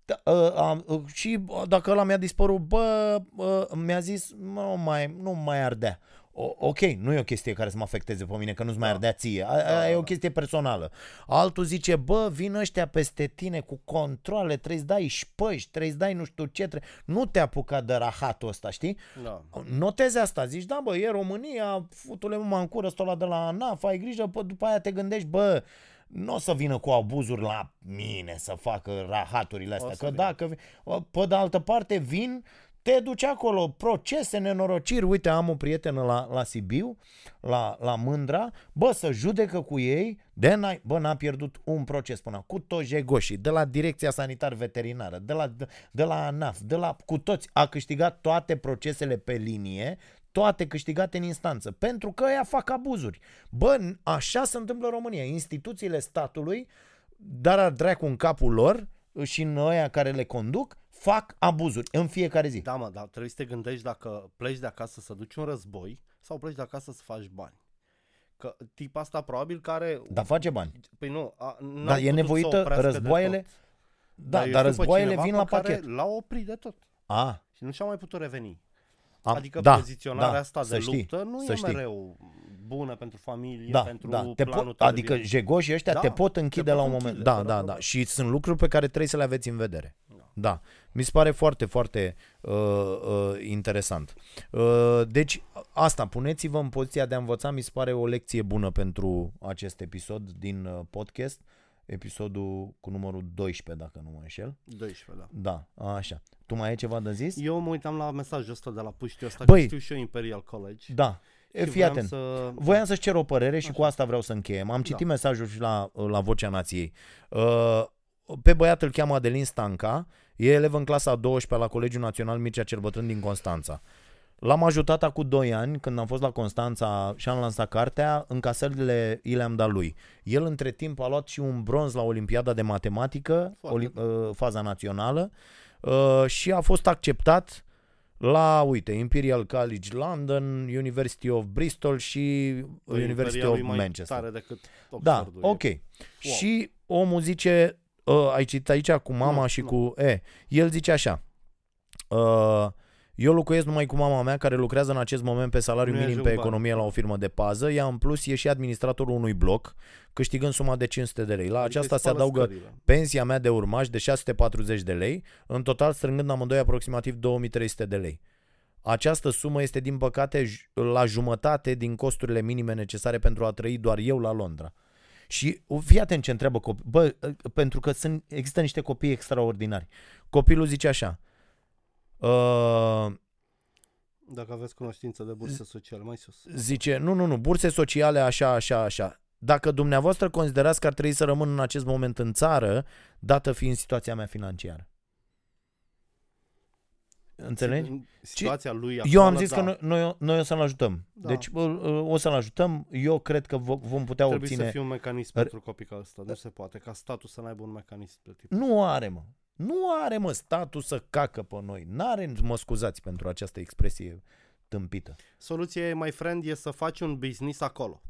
A: Da, uh, am, uh, și bă, dacă ăla mi-a dispărut, bă, uh, mi-a zis, mă, nu mai, nu mai ardea. O, ok, nu e o chestie care să mă afecteze pe mine, că nu-ți mai
B: Da.
A: ardea ție. A, a,
B: da,
A: e o
B: da.
A: chestie personală. Altul zice, bă, vin ăștia peste tine cu controle, trebuie să dai șpăși, trebuie să dai nu știu ce, trebuie. nu te apuca de rahatul ăsta, știi?
B: Da.
A: Notezi asta, zici, da bă, e România, futule mă în cură, ăsta ăla de la ANAF, ai grijă, bă, după aia te gândești, bă, nu o să vină cu abuzuri la mine să facă rahaturile astea,
B: să
A: că
B: vină.
A: dacă, vi- pe de altă parte vin, te duci acolo, procese, nenorociri, uite, am o prietenă la, la Sibiu, la, la Mândra, bă, să judecă cu ei, de n-ai, bă, n-a pierdut un proces până acum, cu toți jegoșii, de la Direcția Sanitar Veterinară, de la, de, de la ANAF, de la, cu toți, a câștigat toate procesele pe linie, toate câștigate în instanță, pentru că ea fac abuzuri. Bă, n- așa se întâmplă în România, instituțiile statului, dar ar dracu în capul lor și în ăia care le conduc, fac abuzuri în fiecare zi.
B: Da, mă, dar trebuie să te gândești dacă pleci de acasă să duci un război sau pleci de acasă să faci bani. Că tip asta probabil care...
A: Dar face bani.
B: Păi nu, a, n-a
A: Da. Dar e
B: putut
A: nevoită
B: să oprească de
A: războaiele-
B: tot.
A: Da, dar,
B: eu
A: dar
B: știu pe
A: războaiele
B: cineva
A: vin
B: pe
A: la
B: care
A: pachet.
B: L-a oprit de tot
A: A,
B: și nu și-a mai putut reveni.
A: a,
B: adică
A: da,
B: poziționarea
A: da,
B: asta
A: să
B: de
A: știi,
B: luptă nu
A: să
B: e
A: știi.
B: mereu bună pentru familie,
A: da,
B: pentru
A: da, te
B: planul
A: po-
B: tău de
A: adică
B: viață.
A: jegoșii ăștia
B: Da,
A: te pot
B: te
A: închide
B: pot
A: la un
B: închide,
A: moment. Da,
B: fără
A: da, da.
B: probleme.
A: Și sunt lucruri pe care trebuie să le aveți în vedere.
B: Da.
A: Da. Mi se pare foarte, foarte uh, uh, interesant. Uh, deci, asta, puneți-vă în poziția de a învăța, mi se pare o lecție bună pentru acest episod din uh, podcast, episodul cu numărul 12, dacă nu mă înșel.
B: 12, da.
A: Da, așa. Tu mai ai ceva de zis?
B: Eu mă uitam la mesajul ăsta de la puștiu ăsta,
A: Băi.
B: că știu și eu Imperial College.
A: Da. E,
B: Și
A: fii
B: voiam
A: atent.
B: Să...
A: Voiam să-ți cer o părere și cu asta vreau să încheiem. Am citit mesajul și la, la Vocea Nației. Uh, Pe băiat îl cheamă Adelin Stanca, e elev în clasa a 12 la Colegiul Național Mircea cel Bătrân din Constanța. L-am ajutat acum 2 ani când am fost la Constanța și am lansat cartea, încasările i le-am dat lui. El între timp a luat și un bronz la Olimpiada de Matematică,
B: Foarte
A: olim- uh, faza națională, uh, și a fost acceptat la, uite, Imperial College London, University of Bristol și University
B: Imperial
A: of
B: Păi, e mai
A: Manchester.
B: tare decât
A: Da,
B: Oxfordul, e
A: ok. Și omul zice, uh, ai citit aici cu mama
B: Nu,
A: și
B: nu.
A: cu... E, el zice așa, uh, eu locuiesc numai cu mama mea care lucrează în acest moment pe salariu
B: Nu
A: minim
B: ajung
A: pe
B: bani.
A: economie la o firmă de pază, ea în plus e și administratorul unui bloc, câștigând suma de 500 de lei. La
B: Adică
A: aceasta
B: îi
A: se
B: spală
A: adaugă
B: scările.
A: pensia mea de urmaș de 640 de lei, în total strângând amândoi aproximativ 2300 de lei. Această sumă este din păcate j- la jumătate din costurile minime necesare pentru a trăi doar eu la Londra. Și u, fii atent ce întreabă copii. Bă, ă, pentru că sunt, există niște copii extraordinari. Copilul zice așa. Uh,
B: Dacă aveți cunoștință de burse sociale, mai sus.
A: zice, nu, nu, nu, burse sociale, așa, așa, așa. Dacă dumneavoastră considerați că ar trebui să rămân în acest moment în țară, dată fiind situația mea financiară. Înțelegi?
B: În Situația lui
A: Eu am
B: actuală,
A: zis
B: da.
A: că noi, noi, noi o să-l ajutăm. Da.
B: Da.
A: Deci bă, o să-l ajutăm. Eu cred că vo- vom putea
B: Trebuie
A: obține...
B: să fie un mecanism
A: Re-
B: pentru copii ca ăsta. Nu se poate. Ca statul să n-aibă un mecanism de tip.
A: Nu are, mă. Nu are, mă, statul să cacă pe noi. N-are, mă scuzați pentru această expresie tâmpită.
B: Soluția e, my friend, e să faci un business acolo.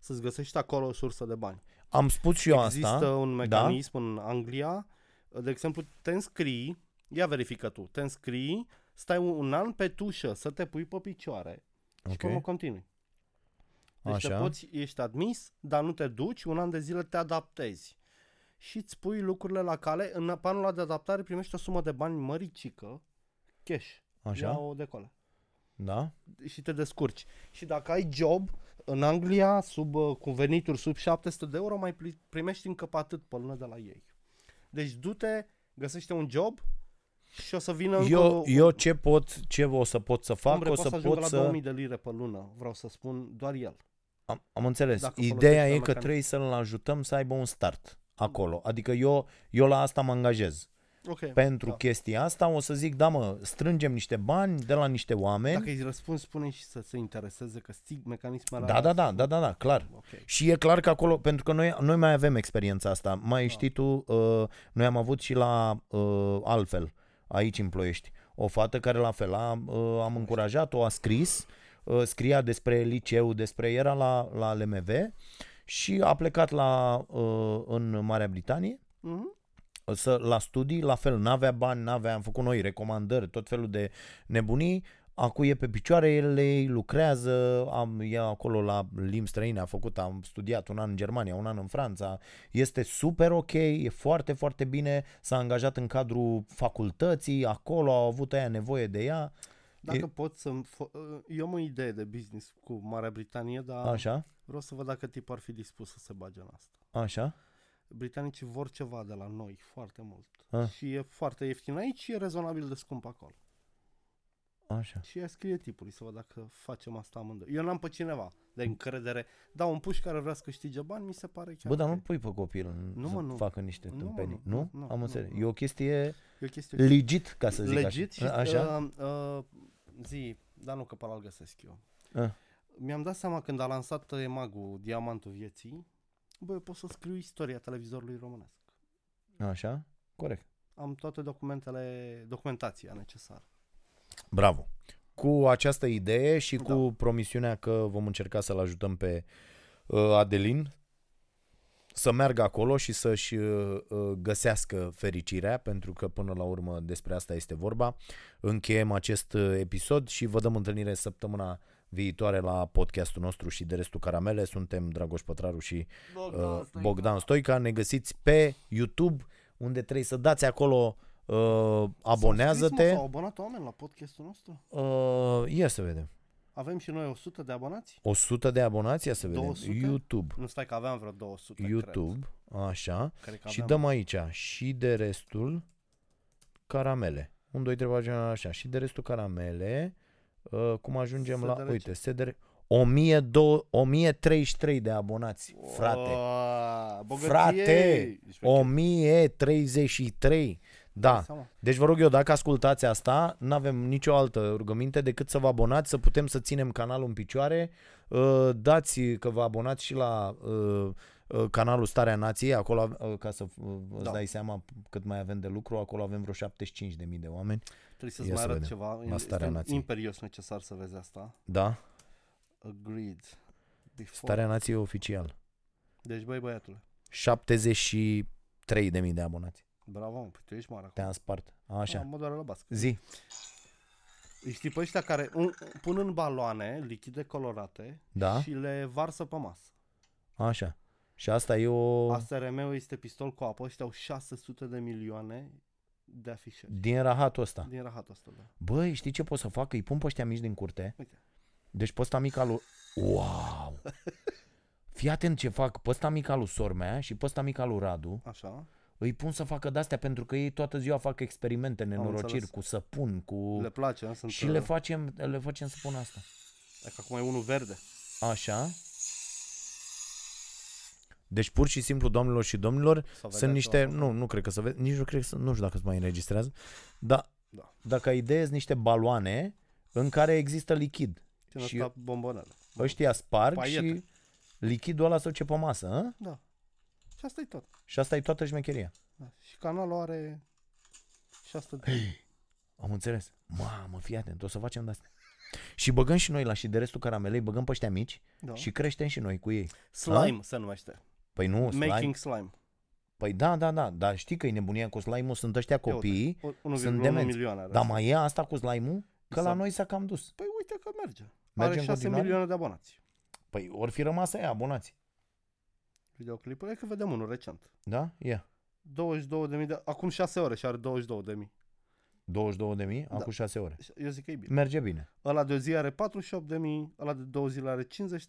B: Să-ți găsești acolo o sursă de bani.
A: Am spus și eu
B: Există
A: asta. Da?
B: un mecanism în Anglia. De exemplu, te înscrii, ia verifică tu, te înscrii, stai un, un an pe tușă să te pui pe picioare și
A: Ok.
B: până continui. Deci Așa. te
A: Așa.
B: poți, ești admis, dar nu te duci, un an de zile te adaptezi. Și îți pui lucrurile la cale, în planul ăla de adaptare primești o sumă de bani măricică, cash,
A: Așa.
B: ia-o de acolo.
A: Da.
B: Și te descurci. Și dacă ai job, în Anglia, sub, uh, cu venituri sub 700 de euro, mai pli- primești încă pe atât pe lună de la ei. Deci du-te, găsește un job și o să vină încă
A: Eu,
B: o-
A: eu ce pot, ce o să pot să fac,
B: umbre,
A: o
B: poate
A: să
B: ajungă
A: pot
B: la
A: să...
B: 2000 de lire pe lună, vreau să spun, doar el.
A: Am, am înțeles.
B: Dacă
A: Ideea
B: folosești
A: e că
B: mecanic.
A: trebuie să-l ajutăm să aibă un start acolo. Adică eu, eu la asta mă angajez.
B: Ok.
A: Pentru
B: da.
A: chestia asta o să zic, da mă, strângem niște bani de la niște oameni.
B: Dacă îi răspunzi, spune și să se intereseze că stig mecanismele
A: Da, da, da, da, da, da, clar.
B: Ok.
A: Și e clar că acolo, pentru că noi, noi mai avem experiența asta, mai știi tu, uh, noi am avut și la uh, altfel, aici în Ploiești, o fată care la fel a, uh, am încurajat-o, a scris, uh, scria despre liceu, despre era la, la LMV și a plecat la, uh, în Marea Britanie
B: Mhm.
A: să, la studii, la fel, n-avea bani, n-avea, am făcut noi recomandări, tot felul de nebunii, acum e pe picioare, el ei lucrează, am, e acolo la limbi străine, a făcut, am studiat un an în Germania, un an în Franța, este super ok, e foarte, foarte bine, s-a angajat în cadrul facultății, acolo au avut aia nevoie de ea,
B: Dacă
A: da, E-
B: pot să uh, Eu am o idee de business cu Marea Britanie, dar
A: așa,
B: vreau să văd dacă tipul ar fi dispus să se bage în asta.
A: așa,
B: Britanicii vor ceva de la noi foarte mult.
A: Ah.
B: Și e foarte ieftin aici și e rezonabil de scump acolo.
A: așa.
B: Și ea scrie tipului să văd dacă facem asta amândoi. Eu n-am pe cineva de încredere. Da, un puș care vrea să câștige bani, mi se pare chiar
A: Bă, dar
B: ok.
A: nu pui pe copil în,
B: Nu,
A: nu,
B: mă,
A: să
B: nu.
A: facă niște
B: Nu, mă,
A: tâmpenii,
B: nu,
A: nu?
B: nu,
A: Am
B: nu,
A: înțeles,
B: nu.
A: e o chestie
B: E o chestie
A: legit, ca să zic
B: legit
A: așa.
B: și
A: așa?
B: Uh, uh, zi, dar nu că pe ăla îl găsesc eu.
A: Ah.
B: Mi-am dat seama când a lansat emagul Diamantul Vieții, bă, eu pot să scriu istoria televizorului românesc.
A: Așa? Corect.
B: Am toate documentele, documentația necesară.
A: Bravo! Cu această idee și cu
B: Da.
A: promisiunea că vom încerca să-l ajutăm pe uh, Adelin să meargă acolo și să-și uh, uh, găsească fericirea, pentru că până la urmă despre asta este vorba. Încheiem acest uh, episod și vă dăm întâlnire săptămâna viitoare la podcastul nostru și de restul caramele. Suntem Dragoș Pătraru și uh, Bogdan Stoica. Ne găsiți pe YouTube unde trebuie să dați acolo uh,
B: S-au scris,
A: abonează-te.
B: mă, S-au abonat oameni la podcastul nostru?
A: Uh, ia să vedem.
B: Avem și noi 100 de abonați?
A: 100 de abonați, ia să vedem.
B: 200?
A: YouTube.
B: Nu stai că aveam vreo 200,
A: YouTube, așa.
B: Cred. Cred că
A: Și
B: aveam.
A: dăm aici și de restul caramele. Un, doi, trei, facem așa. Și de restul caramele. Uh, cum ajungem la...
B: SDRC.
A: Uite, SDR... 1200 1033 de abonați, frate.
B: Oa, bogăție!
A: Frate,
B: Deci,
A: 1033 Da.
B: Seama?
A: Deci vă rog eu, dacă ascultați asta, nu avem nicio altă rugăminte decât să vă abonați, să putem să ținem canalul în picioare. Uh, Dați că vă abonați și la uh, uh, canalul Starea Nației, acolo uh, ca să uh, îți
B: Da.
A: dai seama cât mai avem de lucru, acolo avem vreo 75.000 de oameni.
B: Trebuie să-ți
A: Ia
B: mai
A: să
B: arăt
A: vedem.
B: ceva.
A: La starea
B: este
A: nației.
B: imperios necesar să vezi asta.
A: Da,
B: Agreed. Before.
A: Starea Nației oficial.
B: Deci băi băiatule,
A: 73.000 de abonați.
B: bravo mă, păi tu ești mare acum.
A: Te-am spart. Așa.
B: Da, mă doare la bască.
A: Zi.
B: Îi știi pe ăștia care un, pun în baloane lichide colorate
A: Da?
B: și le varsă pe masă.
A: Așa. Și asta e o...
B: ASRM-ul este pistol cu apă și au 600 de milioane de afișări.
A: Din rahatul ăsta.
B: Din rahatul ăsta, da.
A: Băi, știi ce pot să fac? Îi pun pe ăștia mici din curte.
B: Uite.
A: Deci pe ăsta mic al lui... Wow! Fii atent ce fac. Pe ăsta mic al lui Sormea și pe ăsta mic al lui Radu
B: Așa.
A: îi pun să facă de-astea pentru că ei toată ziua fac experimente, nenorociri,
B: înțeles.
A: cu săpun, cu...
B: Le place, nu? sunt...
A: și le facem, le facem să pună asta.
B: Dacă acum e unul verde.
A: Așa. Deci pur și simplu, domnilor și domnilor,
B: Să
A: sunt niște, nu, nu cred că să vezi, nici nu cred să, nu știu dacă se mai înregistrează, dar
B: Da.
A: dacă ai idee, sunt niște baloane în care există lichid.
B: Și
A: și-
B: asta bombonele.
A: Ăștia sparg
B: Paiete.
A: și lichidul ăla se duce pe masă, a?
B: Da. Și asta e tot.
A: Și asta e toată șmecheria.
B: Da. Și canalul are 600 de...
A: Am înțeles. Mamă, fii atent, o să facem de asta. Și băgăm și noi la și de restul caramelei, băgăm pe ăștia mici
B: Da.
A: și creștem și noi cu ei.
B: Slime se numește.
A: Păi nu, slime.
B: Making slime.
A: Păi da, da, da, dar știi că e nebunia cu slime-ul, sunt ăștia
B: uite.
A: copiii,
B: O- 1,1
A: Sunt demenți.
B: milioane are.
A: dar mai e asta cu slime-ul? Că la
B: Sau-
A: noi s-a cam dus.
B: Păi uite că merge.
A: Merge
B: are
A: în
B: 6
A: continuare?
B: milioane de abonați.
A: Păi ori fi rămas aia, abonați.
B: Videoclipul e că vedem unul recent.
A: Da? Ia.
B: 22.000 de... Acum 6 ore și are 22.000.
A: 22.000, da. acum 6 ore.
B: Eu zic că e bine.
A: Merge bine.
B: Ăla de o zi are 48.000, ăla de două zile are 53.000.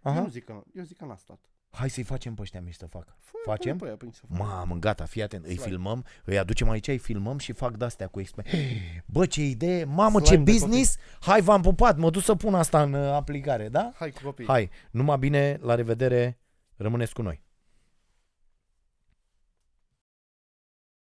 A: Aha.
B: Eu nu zic că, eu zic că n-a stat.
A: Hai să-i facem pe ăștia mici să facă.
B: Fă-
A: Facem?
B: pune Pe aia, prin să fac.
A: Mamă, gata, fii atent, îi
B: Slide.
A: filmăm, îi aducem aici, îi filmăm și fac de-astea cu experiment. Bă, ce idee, mamă,
B: Slime de
A: ce business, hai v-am pupat, mă duc să pun asta în uh, aplicare, da?
B: Hai cu copii.
A: Hai, numai bine, la revedere, rămâneți cu noi.